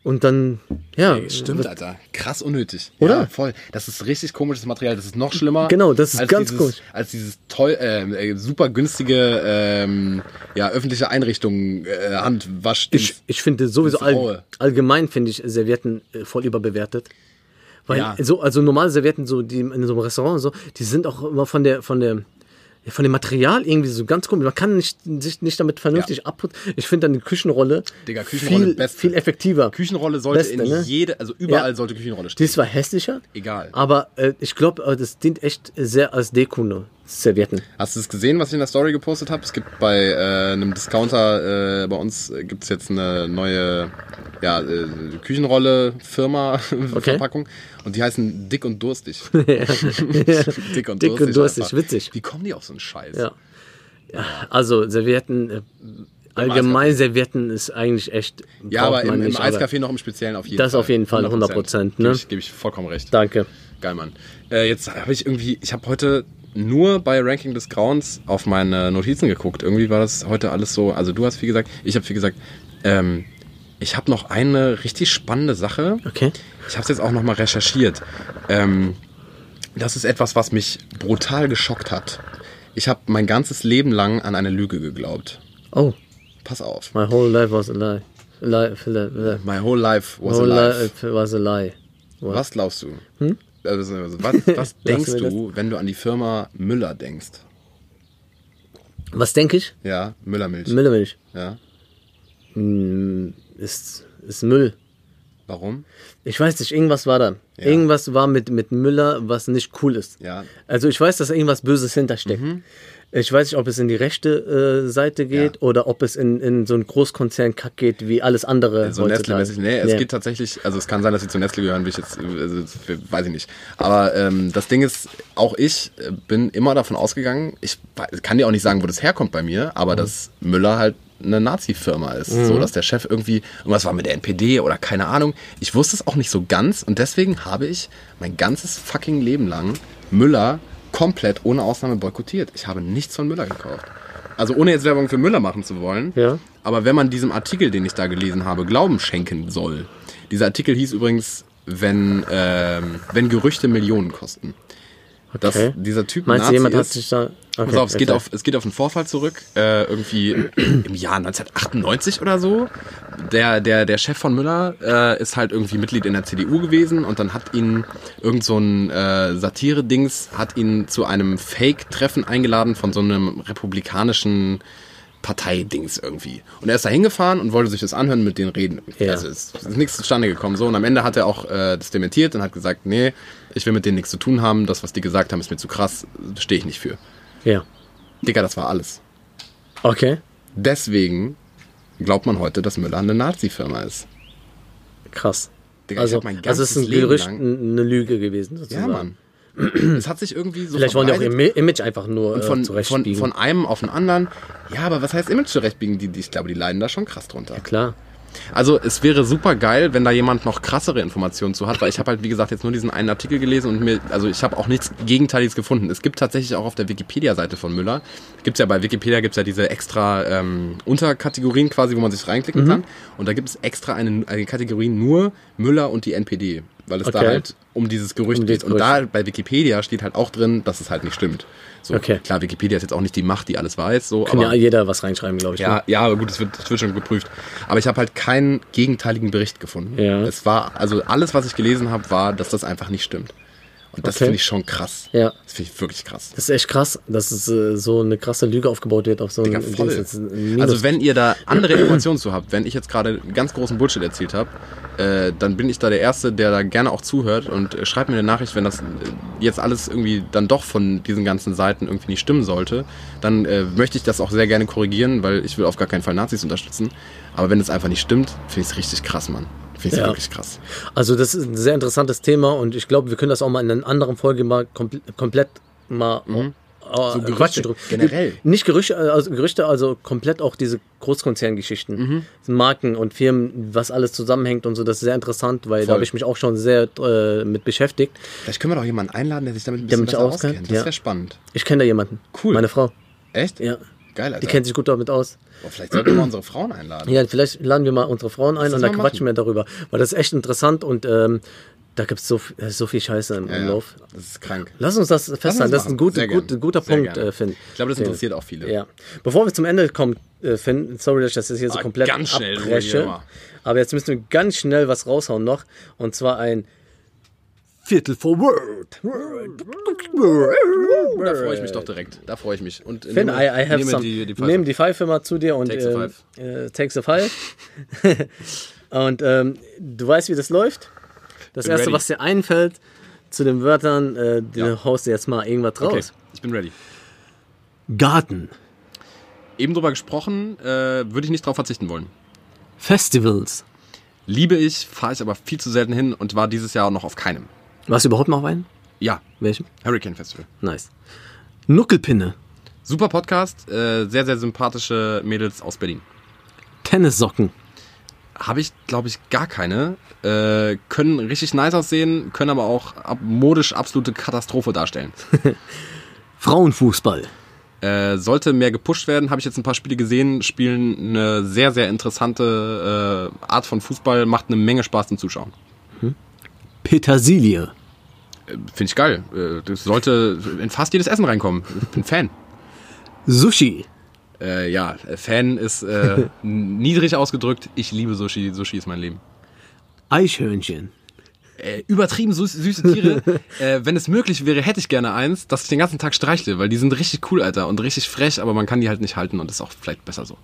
Speaker 2: Und dann, ja.
Speaker 1: Stimmt, Alter. Krass unnötig.
Speaker 2: Oder?
Speaker 1: Ja, voll. Das ist richtig komisches Material. Das ist noch schlimmer.
Speaker 2: Genau, das ist
Speaker 1: als
Speaker 2: ganz
Speaker 1: dieses,
Speaker 2: komisch.
Speaker 1: Als dieses toll, ähm, äh, super günstige ähm, ja, öffentliche Einrichtungen äh, Handwasch.
Speaker 2: Ich, ich finde sowieso
Speaker 1: ins
Speaker 2: all,
Speaker 1: Raue.
Speaker 2: allgemein finde ich Servietten äh, voll überbewertet. Weil
Speaker 1: Ja.
Speaker 2: so, also normale Servietten, so die in so einem Restaurant und so, die sind auch immer von der, von der, von dem Material irgendwie so ganz komisch. Man kann nicht, sich nicht damit vernünftig
Speaker 1: Ja.
Speaker 2: abputzen. Ich finde dann die Küchenrolle,
Speaker 1: Digga, Küchenrolle
Speaker 2: viel,
Speaker 1: beste.
Speaker 2: viel effektiver.
Speaker 1: Küchenrolle sollte
Speaker 2: Beste,
Speaker 1: in
Speaker 2: ne?
Speaker 1: jede, also überall
Speaker 2: Ja.
Speaker 1: sollte Küchenrolle
Speaker 2: Die
Speaker 1: stehen.
Speaker 2: ist zwar hässlicher,
Speaker 1: Egal.
Speaker 2: aber äh, ich glaube, das dient echt sehr als Deko nur, Servietten.
Speaker 1: Hast du es gesehen, was ich in der Story gepostet habe? Es gibt bei äh, einem Discounter äh, bei uns äh, gibt's jetzt eine neue ja, äh, Küchenrolle-Firma-Verpackung und die heißen Dick und Durstig. Dick
Speaker 2: Dick und Durstig,
Speaker 1: einfach.
Speaker 2: witzig.
Speaker 1: Wie kommen die auf so einen Scheiß?
Speaker 2: Ja. Also Servietten, äh, allgemein Servietten ist eigentlich echt.
Speaker 1: Ja,
Speaker 2: braucht
Speaker 1: aber
Speaker 2: man
Speaker 1: im, im
Speaker 2: nicht, aber-
Speaker 1: Eiscafé noch im Speziellen auf jeden
Speaker 2: Das
Speaker 1: Fall.
Speaker 2: auf jeden Fall, 100%, ne?
Speaker 1: Gebe ich, gebe ich vollkommen recht.
Speaker 2: Danke.
Speaker 1: Geil, Mann. Äh, jetzt habe ich irgendwie, ich habe heute nur bei Ranking des Grauens auf meine Notizen geguckt. Irgendwie war das heute alles so, also du hast viel gesagt, ich habe viel gesagt. Ähm, ich habe noch eine richtig spannende Sache.
Speaker 2: Okay.
Speaker 1: Ich habe es jetzt auch nochmal recherchiert. Ähm, das ist etwas, was mich brutal geschockt hat. Ich habe mein ganzes Leben lang an eine Lüge geglaubt.
Speaker 2: Oh,
Speaker 1: Pass auf.
Speaker 2: my whole life was a lie. A lie, a lie, a lie.
Speaker 1: My whole life was
Speaker 2: whole
Speaker 1: a life.
Speaker 2: life was a lie. What?
Speaker 1: Was glaubst du? Also, also, was was denkst
Speaker 2: mir das-
Speaker 1: du, wenn du an die Firma Müller denkst?
Speaker 2: Was denke ich?
Speaker 1: Ja, Müllermilch.
Speaker 2: Müllermilch.
Speaker 1: ja.
Speaker 2: Hm, Ist, ist Müll.
Speaker 1: Warum?
Speaker 2: Ich weiß nicht, irgendwas war da. Irgendwas war mit, mit Müller, was nicht cool ist.
Speaker 1: Ja. Mhm.
Speaker 2: Also ich weiß, dass irgendwas Böses hintersteckt. Ich weiß nicht, ob es in die rechte äh, Seite geht
Speaker 1: Ja.
Speaker 2: oder ob es in, in so einen Großkonzern-Kack geht, wie alles andere
Speaker 1: Äh, So Nestle-mäßig. Nee, es geht tatsächlich, also es kann sein, dass sie zu Nestle gehören, wie ich jetzt, also, das weiß ich nicht. Aber ähm, das Ding ist, auch ich äh, bin immer davon ausgegangen, ich we- kann dir auch nicht sagen, wo das herkommt bei mir, aber dass Müller halt eine Nazi-Firma ist. So, dass der Chef irgendwie, irgendwas war mit der NPD oder keine Ahnung. Ich wusste es auch nicht so ganz und deswegen habe ich mein ganzes fucking Leben lang Müller komplett ohne Ausnahme boykottiert. Ich habe nichts von Müller gekauft. Also ohne jetzt Werbung für Müller machen zu wollen,
Speaker 2: Ja.
Speaker 1: aber wenn man diesem Artikel, den ich da gelesen habe, Glauben schenken soll, dieser Artikel hieß übrigens, wenn, ähm, wenn Gerüchte Millionen kosten. Dass
Speaker 2: Okay.
Speaker 1: dieser Typ
Speaker 2: Meinst du,
Speaker 1: Nazi
Speaker 2: jemand hat
Speaker 1: ist,
Speaker 2: sich da... Okay,
Speaker 1: Pass auf, es geht
Speaker 2: okay.
Speaker 1: auf, es geht auf einen Vorfall zurück, äh, irgendwie im Jahr 1998 oder so. Der, der, der Chef von Müller äh, ist halt irgendwie Mitglied in der CDU gewesen und dann hat ihn irgend so ein äh, Satire-Dings hat ihn zu einem Fake-Treffen eingeladen von so einem republikanischen Parteidings irgendwie. Und er ist da hingefahren und wollte sich das anhören und mit denen reden.
Speaker 2: Ja.
Speaker 1: Also es ist nichts zustande gekommen. So, und am Ende hat er auch äh, das dementiert und hat gesagt, nee, ich will mit denen nichts zu tun haben. Das, was die gesagt haben, ist mir zu krass. Stehe ich nicht für.
Speaker 2: Ja.
Speaker 1: Digga, das war alles.
Speaker 2: Okay,
Speaker 1: Deswegen glaubt man heute, dass Müller eine Nazi-Firma ist.
Speaker 2: krass.
Speaker 1: Digga, ich
Speaker 2: also,
Speaker 1: hab mein
Speaker 2: also es ist
Speaker 1: ganzes
Speaker 2: ein
Speaker 1: Leben
Speaker 2: Gerücht,
Speaker 1: lang-
Speaker 2: n- eine Lüge gewesen sozusagen.
Speaker 1: Ja, Mann. Es hat sich irgendwie so
Speaker 2: Vielleicht wollen die auch ihr
Speaker 1: verbreitet.
Speaker 2: Mi- Image einfach nur äh,
Speaker 1: von, von,
Speaker 2: zurechtbiegen.
Speaker 1: von einem auf den anderen. Ja, aber was heißt Image zurechtbiegen? Die, die, ich glaube, die leiden da schon krass drunter.
Speaker 2: Klar.
Speaker 1: Also es wäre super geil, wenn da jemand noch krassere Informationen zu hat, weil ich habe halt, wie gesagt, jetzt nur diesen einen Artikel gelesen und mir, also ich habe auch nichts Gegenteiliges gefunden. Es gibt tatsächlich auch auf der Wikipedia-Seite von Müller, gibt's ja bei Wikipedia gibt's ja diese extra ähm, Unterkategorien
Speaker 2: Mhm.
Speaker 1: quasi, wo man sich reinklicken kann. Und da gibt es extra eine, eine Kategorie nur Müller und die NPD. weil es
Speaker 2: Okay.
Speaker 1: da halt um dieses Gerücht
Speaker 2: Um dieses
Speaker 1: geht. Und da bei Wikipedia steht halt auch drin, dass es halt nicht stimmt. So,
Speaker 2: Okay.
Speaker 1: Klar, Wikipedia ist jetzt auch nicht die Macht, die alles weiß. So,
Speaker 2: Kann
Speaker 1: aber
Speaker 2: ja jeder was reinschreiben, glaube ich.
Speaker 1: ja,
Speaker 2: ne?
Speaker 1: ja, aber gut, es wird, es wird schon geprüft. Aber ich habe halt keinen gegenteiligen Bericht gefunden.
Speaker 2: Ja.
Speaker 1: Es war, also alles, was ich gelesen habe, war, dass das einfach nicht stimmt. Und das
Speaker 2: Okay.
Speaker 1: finde ich schon krass.
Speaker 2: Ja.
Speaker 1: Das finde ich wirklich krass.
Speaker 2: Das ist echt krass, dass es äh, so eine krasse Lüge aufgebaut wird auf so
Speaker 1: Ja,
Speaker 2: einen
Speaker 1: voll.
Speaker 2: Dings, das ist ein Minus.
Speaker 1: Also wenn ihr da andere Informationen zu habt, wenn ich jetzt gerade einen ganz großen Bullshit erzählt habe, äh, dann bin ich da der Erste, der da gerne auch zuhört und äh, schreibt mir eine Nachricht, wenn das äh, jetzt alles irgendwie dann doch von diesen ganzen Seiten irgendwie nicht stimmen sollte, dann äh, möchte ich das auch sehr gerne korrigieren, weil ich will auf gar keinen Fall Nazis unterstützen. Aber wenn es einfach nicht stimmt, finde ich es richtig krass, Mann. Finde ich es
Speaker 2: Ja.
Speaker 1: wirklich krass.
Speaker 2: Also das ist ein sehr interessantes Thema und ich glaube, wir können das auch mal in einer anderen Folge mal kompl komplett mal äh,
Speaker 1: Mhm. So Gerüchte
Speaker 2: Quatsch drüber-
Speaker 1: generell.
Speaker 2: Nicht Gerüchte, also Gerüchte, also komplett auch diese Großkonzerngeschichten,
Speaker 1: Mhm.
Speaker 2: Marken und Firmen, was alles zusammenhängt und so, das ist sehr interessant, weil da
Speaker 1: Voll.
Speaker 2: habe ich mich auch schon sehr äh, mit beschäftigt.
Speaker 1: Vielleicht können wir doch jemanden einladen, der sich damit ein
Speaker 2: Der
Speaker 1: bisschen
Speaker 2: mich
Speaker 1: besser
Speaker 2: auskennt,
Speaker 1: auskennt. Das
Speaker 2: ja.
Speaker 1: wäre spannend.
Speaker 2: Ich kenne da jemanden.
Speaker 1: Cool.
Speaker 2: Meine Frau.
Speaker 1: Echt?
Speaker 2: Ja.
Speaker 1: Geil,
Speaker 2: Die
Speaker 1: Alter.
Speaker 2: kennt sich gut damit aus.
Speaker 1: oh, vielleicht sollten wir mal unsere Frauen einladen.
Speaker 2: Ja, vielleicht laden wir mal unsere Frauen ein
Speaker 1: das
Speaker 2: und dann
Speaker 1: mal
Speaker 2: quatschen
Speaker 1: machen.
Speaker 2: wir darüber. Weil das ist echt interessant und ähm, da gibt es so, f- äh, so viel Scheiße im
Speaker 1: Ja, ja.
Speaker 2: Umlauf.
Speaker 1: Das ist krank.
Speaker 2: Lass uns das festhalten. Das ist ein
Speaker 1: machen.
Speaker 2: gut,
Speaker 1: Sehr
Speaker 2: gut,
Speaker 1: gerne.
Speaker 2: guter
Speaker 1: Sehr
Speaker 2: Punkt,
Speaker 1: gerne.
Speaker 2: äh, Finn.
Speaker 1: Ich glaube, das
Speaker 2: Finn.
Speaker 1: interessiert auch viele.
Speaker 2: Ja. Bevor wir zum Ende kommen, äh, Finn, sorry, dass ich das jetzt hier so
Speaker 1: Ah,
Speaker 2: komplett
Speaker 1: ganz schnell, Rudi,
Speaker 2: abbreche.
Speaker 1: immer.
Speaker 2: Aber jetzt müssen wir ganz schnell was raushauen noch. Und zwar ein Viertel for Word.
Speaker 1: Da freue ich mich doch direkt. Da freue ich mich. Und äh,
Speaker 2: Finn,
Speaker 1: nehme,
Speaker 2: I, I have
Speaker 1: nehme
Speaker 2: some.
Speaker 1: die, die Pfeife.
Speaker 2: Nimm die Pfeife mal zu dir und
Speaker 1: Take the
Speaker 2: ähm, äh, take the five. und ähm, du weißt, wie das läuft. Das
Speaker 1: Bin
Speaker 2: erste,
Speaker 1: ready.
Speaker 2: was dir einfällt zu den Wörtern, äh, du
Speaker 1: Ja.
Speaker 2: haust dir jetzt mal irgendwas
Speaker 1: okay,
Speaker 2: raus.
Speaker 1: ich bin ready.
Speaker 2: Garten,
Speaker 1: Eben drüber gesprochen, äh, würde ich nicht drauf verzichten wollen.
Speaker 2: Festivals.
Speaker 1: Liebe ich, fahre ich aber viel zu selten hin und war dieses Jahr noch auf keinem.
Speaker 2: Warst du überhaupt mal auf einen?
Speaker 1: Ja,
Speaker 2: Welchem?
Speaker 1: Hurricane Festival.
Speaker 2: Nice. Nuckelpinne,
Speaker 1: Super Podcast, äh, sehr, sehr sympathische Mädels aus Berlin.
Speaker 2: Tennissocken,
Speaker 1: Habe ich, glaube ich, gar keine. Äh, können richtig nice aussehen, können aber auch ab modisch absolute Katastrophe darstellen.
Speaker 2: Frauenfußball,
Speaker 1: Äh, sollte mehr gepusht werden, habe ich jetzt ein paar Spiele gesehen, spielen eine sehr, sehr interessante äh, Art von Fußball, macht eine Menge Spaß zum Zuschauen.
Speaker 2: Petersilie,
Speaker 1: Finde ich geil. Äh, Das sollte in fast jedes Essen reinkommen. Ich bin Fan.
Speaker 2: Sushi,
Speaker 1: Äh, ja, Fan ist äh, niedrig ausgedrückt. Ich liebe Sushi. Sushi ist mein Leben.
Speaker 2: Eichhörnchen,
Speaker 1: Äh, übertrieben süß, süße Tiere. äh, wenn es möglich wäre, hätte ich gerne eins, dass ich den ganzen Tag streichle, weil die sind richtig cool, Alter, und richtig frech, aber man kann die halt nicht halten und ist auch vielleicht besser so.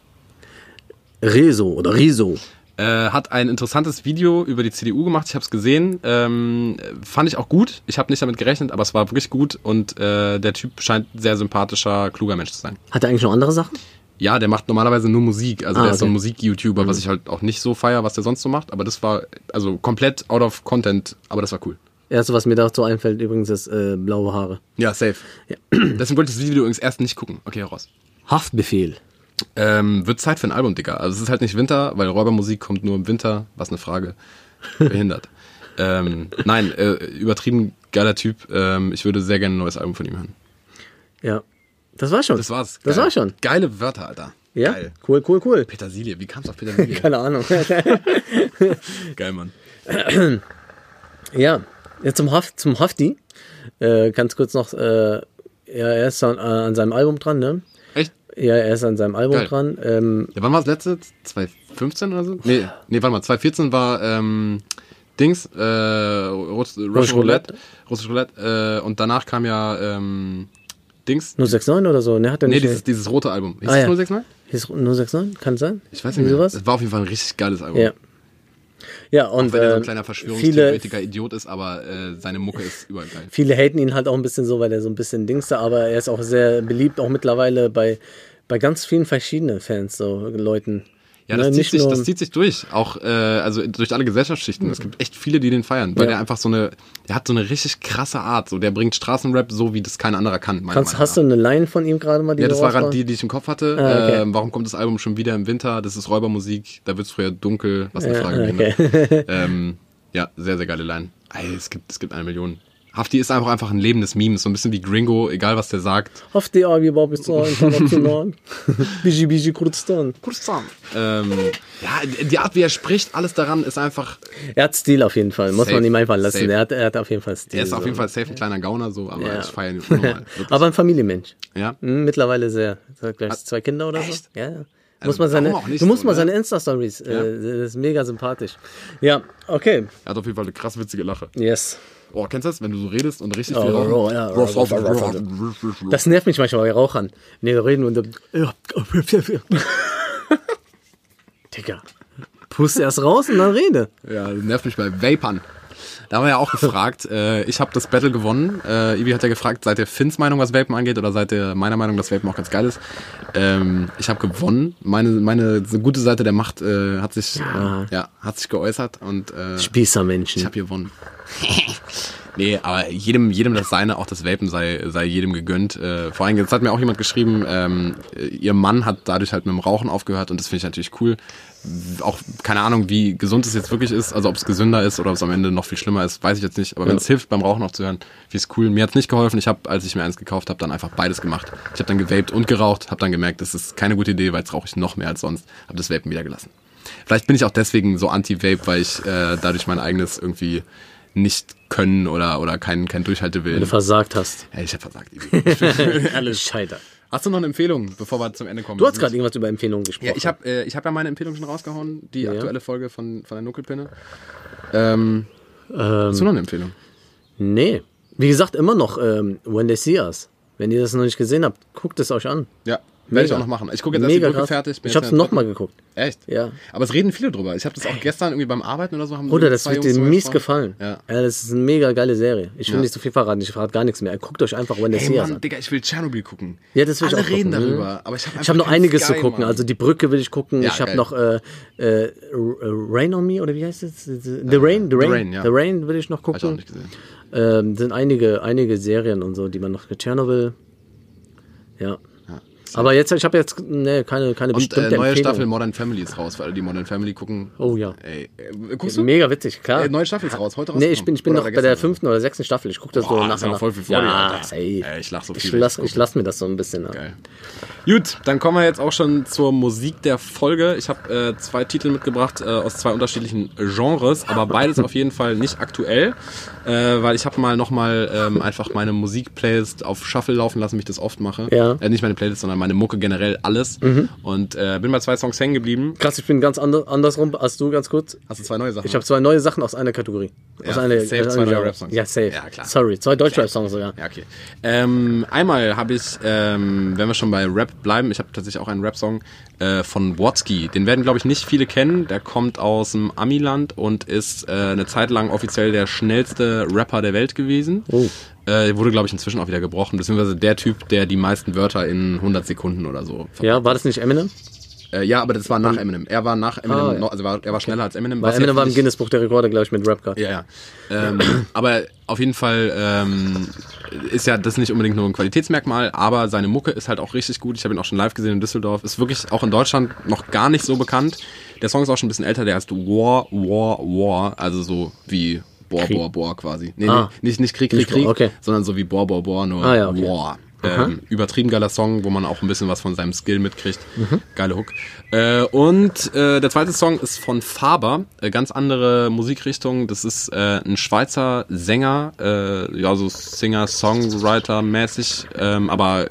Speaker 2: Reso oder Riso,
Speaker 1: äh, hat ein interessantes Video über die CDU gemacht. Ich habe es gesehen. Ähm, fand ich auch gut. Ich habe nicht damit gerechnet, aber es war wirklich gut. Und äh, der Typ scheint sehr sympathischer, kluger Mensch zu sein.
Speaker 2: Hat er eigentlich noch andere Sachen?
Speaker 1: Ja, der macht normalerweise nur Musik. Also
Speaker 2: Ah,
Speaker 1: der ist so ein
Speaker 2: okay.
Speaker 1: Musik-YouTuber, was ich halt auch nicht so feier, was der sonst so macht. Aber das war also komplett out of content, aber das war cool.
Speaker 2: Erste, was mir dazu einfällt, übrigens, ist äh, blaue Haare.
Speaker 1: Ja, safe. Deswegen wollte ich das Video übrigens erst nicht gucken. Okay, raus.
Speaker 2: Haftbefehl.
Speaker 1: Ähm, wird Zeit für ein Album, Digga. Also es ist halt nicht Winter, weil Räubermusik kommt nur im Winter. Was eine Frage. Behindert. ähm, nein, äh, übertrieben geiler Typ. Ähm, ich würde sehr gerne ein neues Album von ihm hören.
Speaker 2: Ja. Das war schon.
Speaker 1: Das war's.
Speaker 2: Das
Speaker 1: Geil.
Speaker 2: war schon.
Speaker 1: Geile Wörter, Alter.
Speaker 2: Ja.
Speaker 1: Geil.
Speaker 2: Cool, cool, cool.
Speaker 1: Petersilie. Wie kam's auf Petersilie?
Speaker 2: Keine Ahnung.
Speaker 1: Geil, Mann.
Speaker 2: ja. ja zum, Haft, zum Hafti. Äh, ganz kurz noch. Äh, ja, er ist an, äh, an seinem Album dran, ne?
Speaker 1: Echt?
Speaker 2: Ja, er ist an seinem Album
Speaker 1: Geil.
Speaker 2: dran. Ähm,
Speaker 1: Ja, wann war das letzte? 2015 oder so? Nee, nee, warte mal. 2014 war ähm, Dings, äh, Russ, Russian
Speaker 2: Roulette.
Speaker 1: Roulette. Russisch Roulette. Äh, und danach kam ja ähm, Dings.
Speaker 2: 069 oder so, ne? Hat er
Speaker 1: Nee,
Speaker 2: nicht.
Speaker 1: dieses, dieses rote Album. Hieß
Speaker 2: Ah,
Speaker 1: das
Speaker 2: ja.
Speaker 1: 069?
Speaker 2: Hieß 069? Kann sein?
Speaker 1: Ich weiß nicht mehr.
Speaker 2: Irgendwie
Speaker 1: Es war auf jeden Fall ein richtig geiles Album.
Speaker 2: Ja. Ja, und.
Speaker 1: Wenn er so
Speaker 2: äh,
Speaker 1: ein
Speaker 2: viele,
Speaker 1: kleiner Verschwörungstheoretiker Idiot ist, aber äh, seine Mucke ist überall geil.
Speaker 2: viele haten ihn halt auch ein bisschen so, weil er so ein bisschen Dings da, aber er ist auch sehr beliebt, auch mittlerweile bei, bei ganz vielen verschiedenen Fans, so Leuten.
Speaker 1: Ja, das,
Speaker 2: Ne,
Speaker 1: zieht sich,
Speaker 2: nur-
Speaker 1: das zieht sich durch, auch äh, also durch alle Gesellschaftsschichten. Es gibt echt viele, die den feiern, weil
Speaker 2: Ja.
Speaker 1: der einfach so eine, der hat so eine richtig krasse Art. So, der bringt Straßenrap so, wie das kein anderer kann. meiner
Speaker 2: Kannst,
Speaker 1: Meinung
Speaker 2: hast du
Speaker 1: nach.
Speaker 2: eine Line von ihm gerade mal? Die
Speaker 1: ja,
Speaker 2: du
Speaker 1: das war
Speaker 2: raushauen?
Speaker 1: gerade die, die ich im Kopf hatte.
Speaker 2: Ah, okay.
Speaker 1: ähm, warum kommt das Album schon wieder im Winter? Das ist Räubermusik, da wird es früher dunkel. Was eine
Speaker 2: Ja,
Speaker 1: Frage.
Speaker 2: okay.
Speaker 1: Kinder. Ähm, ja, sehr, sehr geile Line. Ey, es, gibt, es gibt eine Million. Hafti ist einfach, einfach ein lebendes Meme, ist so ein bisschen wie Gringo, egal was der sagt.
Speaker 2: Hafti abi babisa international. Biji biji Kurdistan.
Speaker 1: Ähm, ja, die Art, wie er spricht, alles daran ist einfach,
Speaker 2: Er hat Stil auf jeden Fall, muss
Speaker 1: Safe,
Speaker 2: man ihm einfach lassen.
Speaker 1: safe.
Speaker 2: Er hat, er hat auf jeden Fall Stil.
Speaker 1: er ist auf
Speaker 2: so.
Speaker 1: jeden Fall safe ein kleiner Gauner, so, aber
Speaker 2: Ja.
Speaker 1: ich feiere ihn unnormal. Wirklich.
Speaker 2: Aber ein Familienmensch.
Speaker 1: ja.
Speaker 2: Hm, Mittlerweile sehr. Er hat gleich zwei Kinder oder
Speaker 1: echt?
Speaker 2: so. Ja, ja.
Speaker 1: Also
Speaker 2: Muss man seine,
Speaker 1: warum auch nicht
Speaker 2: du musst
Speaker 1: so,
Speaker 2: mal
Speaker 1: ne?
Speaker 2: seine Insta-Stories. Äh, das ist mega sympathisch. Ja, okay.
Speaker 1: Er hat auf jeden Fall eine krass witzige Lache.
Speaker 2: Yes.
Speaker 1: Oh, kennst du das, wenn du so redest und richtig
Speaker 2: Oh,
Speaker 1: viel rauchen-
Speaker 2: oh, ja.
Speaker 1: Ruff, ruff, ruff, ruff, ruff.
Speaker 2: Das nervt mich manchmal bei Rauchern. Wenn die reden und dann. Digga. Puste erst raus und dann rede.
Speaker 1: Ja, das nervt mich bei Vapern. Da haben wir ja auch gefragt. äh, ich habe das Battle gewonnen. Äh, Ibi hat ja gefragt, seid ihr Finns Meinung, was Vapen angeht, oder seid ihr meiner Meinung, dass Vapen auch ganz geil ist? Ähm, ich habe gewonnen. Meine, meine so gute Seite der Macht äh, hat sich,
Speaker 2: Ja.
Speaker 1: ja. Äh, ja, hat sich geäußert und äh, ich
Speaker 2: Spießermenschen.
Speaker 1: habe gewonnen. nee, aber jedem, jedem das Seine, auch das Vapen sei, sei jedem gegönnt. Äh, vor allem, jetzt hat mir auch jemand geschrieben, ähm, ihr Mann hat dadurch halt mit dem Rauchen aufgehört und das finde ich natürlich cool. Auch keine Ahnung, wie gesund es jetzt wirklich ist, also ob es gesünder ist oder ob es am Ende noch viel schlimmer ist, weiß ich jetzt nicht. Aber wenn es hilft, beim Rauchen aufzuhören, wie es cool. Mir hat es nicht geholfen. Ich habe, als ich mir eins gekauft habe, dann einfach beides gemacht. Ich habe dann gewaped und geraucht, habe dann gemerkt, das ist keine gute Idee, weil jetzt rauche ich noch mehr als sonst. Habe das Vapen wieder gelassen. Vielleicht bin ich auch deswegen so anti-Vape, weil ich äh, dadurch mein eigenes irgendwie nicht können oder, oder kein, kein
Speaker 2: Wenn du
Speaker 1: Durchhaltewillen.
Speaker 2: versagt hast.
Speaker 1: Ey, ich hab versagt.
Speaker 2: Alles scheitert.
Speaker 1: Hast du noch eine Empfehlung, bevor wir zum Ende kommen?
Speaker 2: Du hast gerade irgendwas über Empfehlungen gesprochen.
Speaker 1: Ja, ich habe äh, ich hab ja meine Empfehlung schon rausgehauen, die aktuelle Folge von, von der Nuckelpinne. Ähm, hast du noch eine Empfehlung?
Speaker 2: Nee. Wie gesagt, immer noch ähm, When They See Us. Wenn ihr das noch nicht gesehen habt, guckt es euch an.
Speaker 1: Ja, werde ich
Speaker 2: Mega.
Speaker 1: auch noch machen. Ich gucke jetzt erst die
Speaker 2: Mega
Speaker 1: Brücke
Speaker 2: krass.
Speaker 1: fertig. bin
Speaker 2: Ich
Speaker 1: jetzt halt
Speaker 2: hab's
Speaker 1: in der
Speaker 2: nochmal geguckt.
Speaker 1: dritten. Echt?
Speaker 2: Ja.
Speaker 1: Aber es reden viele drüber. Ich habe das auch gestern irgendwie beim Arbeiten oder so. Haben
Speaker 2: Bruder,
Speaker 1: irgendwie
Speaker 2: das
Speaker 1: zwei
Speaker 2: wird
Speaker 1: Jungs
Speaker 2: dir
Speaker 1: drüber
Speaker 2: mies
Speaker 1: gesprochen.
Speaker 2: gefallen.
Speaker 1: Ja.
Speaker 2: ja, das ist eine mega geile Serie. Ich will
Speaker 1: Ja.
Speaker 2: nicht so viel verraten, ich verrate gar nichts mehr. Guckt euch einfach When They
Speaker 1: Ey,
Speaker 2: See Us
Speaker 1: Mann,
Speaker 2: an.
Speaker 1: Digga, ich will Tschernobyl gucken.
Speaker 2: Ja, das will ich
Speaker 1: Alle
Speaker 2: auch
Speaker 1: reden
Speaker 2: gucken, ne?
Speaker 1: darüber. Aber ich habe
Speaker 2: Ich habe noch einiges zu gucken.
Speaker 1: Mann.
Speaker 2: Also die Brücke will ich gucken.
Speaker 1: Ja,
Speaker 2: ich habe
Speaker 1: geil.
Speaker 2: noch äh, äh, Rain on Me oder wie heißt es? The Rain, The Rain,
Speaker 1: Äh, Rain, ja.
Speaker 2: The Rain will ich noch
Speaker 1: Hab ich auch
Speaker 2: gucken.
Speaker 1: nicht gesehen.
Speaker 2: Ähm, sind einige, einige Serien und so, die man noch Tschernobyl. Ja. Aber jetzt, ich habe jetzt ne, keine, keine
Speaker 1: Und äh,
Speaker 2: bestimmte
Speaker 1: neue
Speaker 2: Empfehlung.
Speaker 1: Staffel Modern Family ist raus, weil die Modern Family gucken.
Speaker 2: Oh ja.
Speaker 1: Ey, äh, guckst du?
Speaker 2: Mega witzig, klar.
Speaker 1: Äh, neue Staffel ist raus, heute raus.
Speaker 2: Nee, ich bin, ich bin noch bei der
Speaker 1: ne?
Speaker 2: fünften oder sechsten Staffel. Ich gucke das so
Speaker 1: Boah,
Speaker 2: nach
Speaker 1: das ist ja
Speaker 2: und nach.
Speaker 1: voll viel vor dir,
Speaker 2: ja,
Speaker 1: Alter.
Speaker 2: safe.
Speaker 1: Ey, ich lach so
Speaker 2: ich
Speaker 1: viel, wenn
Speaker 2: lass,
Speaker 1: ich gucke.
Speaker 2: ich lass mir das so ein bisschen an.
Speaker 1: Geil. Gut, dann kommen wir jetzt auch schon zur Musik der Folge. Ich habe äh, zwei Titel mitgebracht äh, aus zwei unterschiedlichen Genres, aber beides auf jeden Fall nicht aktuell, äh, weil ich habe mal nochmal ähm, einfach meine Musikplaylist auf Shuffle laufen lassen, wie ich das oft mache.
Speaker 2: Ja. Mhm.
Speaker 1: Äh, nicht meine Playlist, sondern meine Mucke generell, alles. Und äh, bin bei zwei Songs hängen geblieben.
Speaker 2: Krass, ich bin ganz ander, andersrum als du, ganz kurz.
Speaker 1: Hast du zwei neue Sachen?
Speaker 2: Ich habe zwei neue Sachen aus einer Kategorie. aus
Speaker 1: Ja,
Speaker 2: einer,
Speaker 1: safe,
Speaker 2: aus
Speaker 1: zwei
Speaker 2: einem
Speaker 1: neue
Speaker 2: Genre.
Speaker 1: Rap-Songs.
Speaker 2: Ja, safe.
Speaker 1: Ja, klar.
Speaker 2: Sorry, zwei Deutschrap-Songs sogar.
Speaker 1: Ja, okay. Ähm, einmal habe ich, ähm, wenn wir schon bei Rap bleiben, ich habe tatsächlich auch einen Rap-Song äh, von Watsky. Den werden, glaube ich, nicht viele kennen. Der kommt aus dem Amiland und ist äh, eine Zeit lang offiziell der schnellste Rapper der Welt gewesen.
Speaker 2: Oh.
Speaker 1: Äh, wurde, glaube ich, inzwischen auch wieder gebrochen. Beziehungsweise der Typ, der die meisten Wörter in 100 Sekunden oder so. ver-
Speaker 2: Ja, war das nicht Eminem?
Speaker 1: Äh, ja, aber das war nach Eminem. Er war nach Eminem,
Speaker 2: Ah, ja.
Speaker 1: noch- also war, er war schneller als Eminem.
Speaker 2: Weil
Speaker 1: was
Speaker 2: Eminem
Speaker 1: jetzt
Speaker 2: war im
Speaker 1: nicht-
Speaker 2: Guinness-Buch der Rekorde, glaube ich, mit Rap Card.
Speaker 1: ja, ja. Ähm, aber auf jeden Fall ähm, ist ja das nicht unbedingt nur ein Qualitätsmerkmal, aber seine Mucke ist halt auch richtig gut. Ich habe ihn auch schon live gesehen in Düsseldorf. Ist wirklich auch in Deutschland noch gar nicht so bekannt. Der Song ist auch schon ein bisschen älter, der heißt War, War, War. Also so wie Boah, Boah, Boah quasi. Nee,
Speaker 2: Ah.
Speaker 1: nee, nicht, nicht Krieg, Krieg,
Speaker 2: Nicht Bohr,
Speaker 1: Krieg,
Speaker 2: okay.
Speaker 1: sondern so wie Boah, Boah, Boah, nur
Speaker 2: Ah, ja, okay.
Speaker 1: War. Ähm, übertrieben geiler Song, wo man auch ein bisschen was von seinem Skill mitkriegt.
Speaker 2: Mhm.
Speaker 1: Geile Hook. Äh, und äh, der zweite Song ist von Faber, äh, ganz andere Musikrichtung. Das ist äh, ein Schweizer Sänger, äh, ja, so Singer, Songwriter mäßig, ähm, aber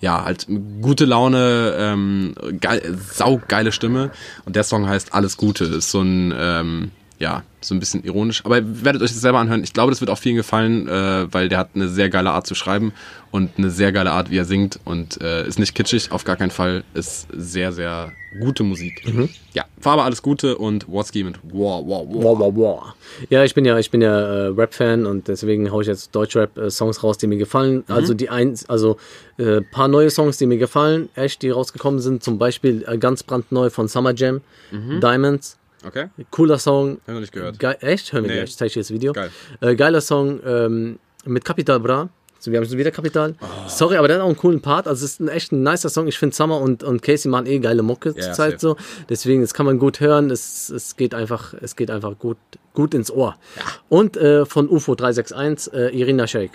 Speaker 1: ja, halt gute Laune, ähm, geil, saugeile Stimme. Und der Song heißt Alles Gute. Ist so ein, ähm, ja, so ein bisschen ironisch. Aber ihr werdet euch das selber anhören. Ich glaube, das wird auch vielen gefallen, äh, weil der hat eine sehr geile Art zu schreiben und eine sehr geile Art, wie er singt. Und äh, ist nicht kitschig, auf gar keinen Fall. Ist sehr, sehr gute Musik.
Speaker 2: Mhm.
Speaker 1: Ja, Farbe alles Gute und Watsky mit Wow, wow, wow.
Speaker 2: Wow, wow, wow. Ja, ich bin ja, ich bin ja äh, Rap-Fan und deswegen haue ich jetzt Deutschrap-Songs raus, die mir gefallen.
Speaker 1: Mhm.
Speaker 2: Also die eins, also äh, paar neue Songs, die mir gefallen, echt, die rausgekommen sind. Zum Beispiel äh, ganz brandneu von Summer Jam,
Speaker 1: Mhm.
Speaker 2: Diamonds.
Speaker 1: Okay?
Speaker 2: Cooler Song.
Speaker 1: Haben wir nicht gehört.
Speaker 2: Ge echt? Hören wir
Speaker 1: Nee.
Speaker 2: Äh, gleich, zeige ich dir das Video.
Speaker 1: Geil.
Speaker 2: Äh, geiler Song ähm, mit Capital Bra Wir haben schon wieder Kapital.
Speaker 1: Oh.
Speaker 2: Sorry, aber der hat auch einen coolen Part. Also es ist ein echt ein nicer Song. Ich finde Summer und, und Casey machen eh geile Mucke
Speaker 1: Ja,
Speaker 2: zur Zeit so.
Speaker 1: safe.
Speaker 2: Deswegen, das kann man gut hören. Es, es geht einfach, es geht einfach gut, gut ins Ohr. Und äh, von UFO 361, äh, Irina Shayk.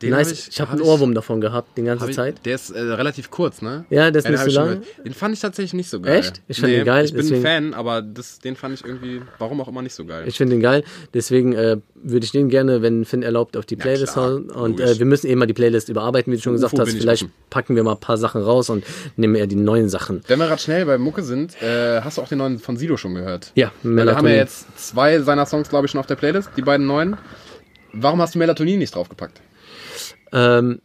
Speaker 1: Den
Speaker 2: nice.
Speaker 1: hab
Speaker 2: ich habe
Speaker 1: hab
Speaker 2: einen Ohrwurm davon gehabt, die
Speaker 1: hab
Speaker 2: ganze
Speaker 1: ich-
Speaker 2: Zeit.
Speaker 1: Der ist äh, relativ kurz, ne?
Speaker 2: Ja, der ist
Speaker 1: den
Speaker 2: nicht
Speaker 1: hab ich
Speaker 2: so
Speaker 1: schon
Speaker 2: lang.
Speaker 1: gehört. Den fand ich tatsächlich nicht so geil.
Speaker 2: Echt? Ich fand den geil,
Speaker 1: Ich bin
Speaker 2: deswegen-
Speaker 1: ein Fan, aber das, den fand ich irgendwie, warum auch immer, nicht so geil.
Speaker 2: Ich finde den geil. Deswegen äh, würde ich den gerne, wenn Finn erlaubt, auf die Playlist
Speaker 1: klar,
Speaker 2: hauen. Und
Speaker 1: logisch.
Speaker 2: äh, wir müssen eben mal die Playlist überarbeiten, wie du schon gesagt
Speaker 1: UFO
Speaker 2: hast.
Speaker 1: bin ich
Speaker 2: Vielleicht
Speaker 1: offen.
Speaker 2: packen wir mal ein paar Sachen raus und nehmen eher die neuen Sachen.
Speaker 1: Wenn wir gerade schnell bei Mucke sind, äh, hast du auch den neuen von Sido schon gehört?
Speaker 2: Ja,
Speaker 1: Weil Da haben wir
Speaker 2: Melatonin.
Speaker 1: jetzt zwei seiner Songs, glaube ich, schon auf der Playlist, die beiden neuen. Warum hast du Melatonin nicht draufgepackt?
Speaker 2: Ähm,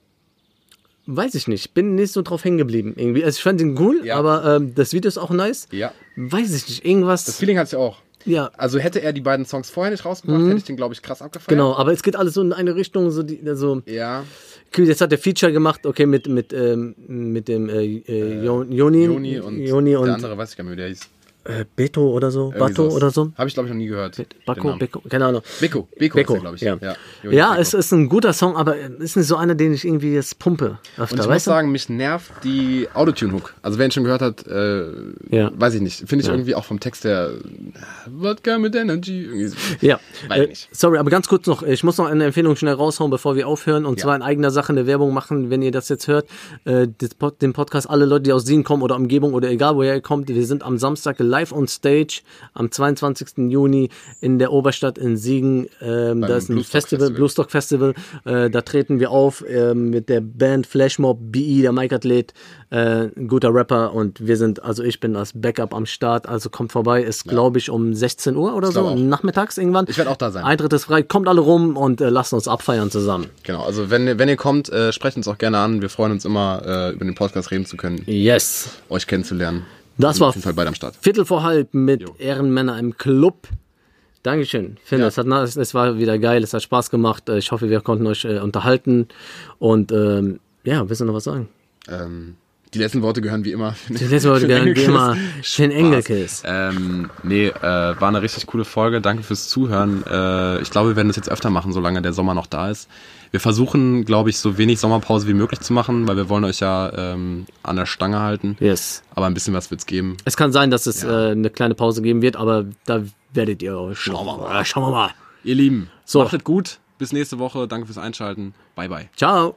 Speaker 2: weiß ich nicht. Bin nicht so drauf hängen geblieben. Irgendwie. Also ich fand den cool,
Speaker 1: Ja.
Speaker 2: aber ähm, das Video ist auch nice.
Speaker 1: Ja.
Speaker 2: Weiß ich nicht.
Speaker 1: Das
Speaker 2: Irgendwas.
Speaker 1: Feeling hatte ich auch.
Speaker 2: Ja.
Speaker 1: Also hätte er die beiden Songs vorher nicht rausgebracht, hätte ich den, glaube ich, krass abgefeiert.
Speaker 2: Mhm. Genau, aber es geht alles so in eine Richtung, so die, also,
Speaker 1: Ja,
Speaker 2: okay, jetzt hat der Feature gemacht, okay, mit, mit, ähm, mit dem äh, äh, Jo- Joni,
Speaker 1: Joni und,
Speaker 2: Joni und
Speaker 1: der andere, weiß ich gar nicht, wie der hieß.
Speaker 2: äh, Beto oder so, Bato oder so.
Speaker 1: Habe ich, glaube ich, noch nie gehört. den
Speaker 2: Bako,
Speaker 1: Namen.
Speaker 2: Beko, keine Ahnung.
Speaker 1: Genau. Beko, Beko,
Speaker 2: Beko,
Speaker 1: glaube ich.
Speaker 2: ja. Ja,
Speaker 1: ja. Joni Beko.
Speaker 2: es ist ein guter Song, aber äh, ist nicht so einer, den ich irgendwie jetzt pumpe. Öfter,
Speaker 1: Und ich muss
Speaker 2: weißt du?
Speaker 1: sagen, mich nervt die Autotune-Hook. Also wer ihn schon gehört hat, äh,
Speaker 2: Ja.
Speaker 1: weiß ich nicht. Finde ich irgendwie auch vom Text her, äh, Wodka mit Energy. Irgendwie so.
Speaker 2: Ja,
Speaker 1: Weiß
Speaker 2: äh,
Speaker 1: nicht.
Speaker 2: sorry, aber ganz kurz noch. Ich muss noch eine Empfehlung schnell raushauen, bevor wir aufhören. Und
Speaker 1: Ja.
Speaker 2: zwar in eigener Sache eine Werbung machen, wenn ihr das jetzt hört. Äh, das Pod, den Podcast, alle Leute, die aus Sien kommen oder Umgebung oder egal woher ihr kommt, wir sind am Samstag live on stage am 22. Juni in der Oberstadt in Siegen. Ähm, da ist ein
Speaker 1: Bluestock
Speaker 2: Festival,
Speaker 1: Festival.
Speaker 2: Bluestock Festival. Äh, da treten wir auf ähm, mit der Band Flashmob, BE, der Mike Athlet, äh, ein guter Rapper. Und wir sind, also ich bin als Backup am Start. Also kommt vorbei. Ist, glaube ich, um 16 Uhr oder
Speaker 1: glaub
Speaker 2: so.
Speaker 1: auch.
Speaker 2: Nachmittags irgendwann.
Speaker 1: Ich werd auch da sein.
Speaker 2: Eintritt ist frei. Kommt alle rum und äh, lasst uns abfeiern zusammen.
Speaker 1: Genau, also wenn, wenn ihr kommt, äh, sprecht uns auch gerne an. Wir freuen uns immer, äh, über den Podcast reden zu können,
Speaker 2: Yes.
Speaker 1: euch kennenzulernen.
Speaker 2: Das
Speaker 1: Sind
Speaker 2: war
Speaker 1: Auf jeden Fall beide am Start.
Speaker 2: Viertel vor halb mit Ehrenmänner im Club. Dankeschön, Finn.
Speaker 1: Ja.
Speaker 2: Es, hat, na- es- es war wieder geil, es hat Spaß gemacht. Äh, Ich hoffe, wir konnten euch äh, unterhalten. Und ähm, ja, willst du noch was sagen?
Speaker 1: Ähm, die letzten Worte gehören wie immer.
Speaker 2: Die letzten Worte gehören wie immer Finn Engelkes.
Speaker 1: Ähm, nee, äh, war eine richtig coole Folge. Danke fürs Zuhören. Äh, ich glaube, wir werden das jetzt öfter machen, solange der Sommer noch da ist. Wir versuchen, glaube ich, so wenig Sommerpause wie möglich zu machen, weil wir wollen euch ja ähm, an der Stange halten.
Speaker 2: Yes.
Speaker 1: Aber ein bisschen was wird's geben.
Speaker 2: Es kann sein, dass es äh, eine kleine Pause geben wird, aber da werdet ihr schauen wir mal. Schauen wir mal.
Speaker 1: Ihr Lieben,
Speaker 2: So.
Speaker 1: macht es gut. Bis nächste Woche. Danke fürs Einschalten. Bye, bye.
Speaker 2: Ciao.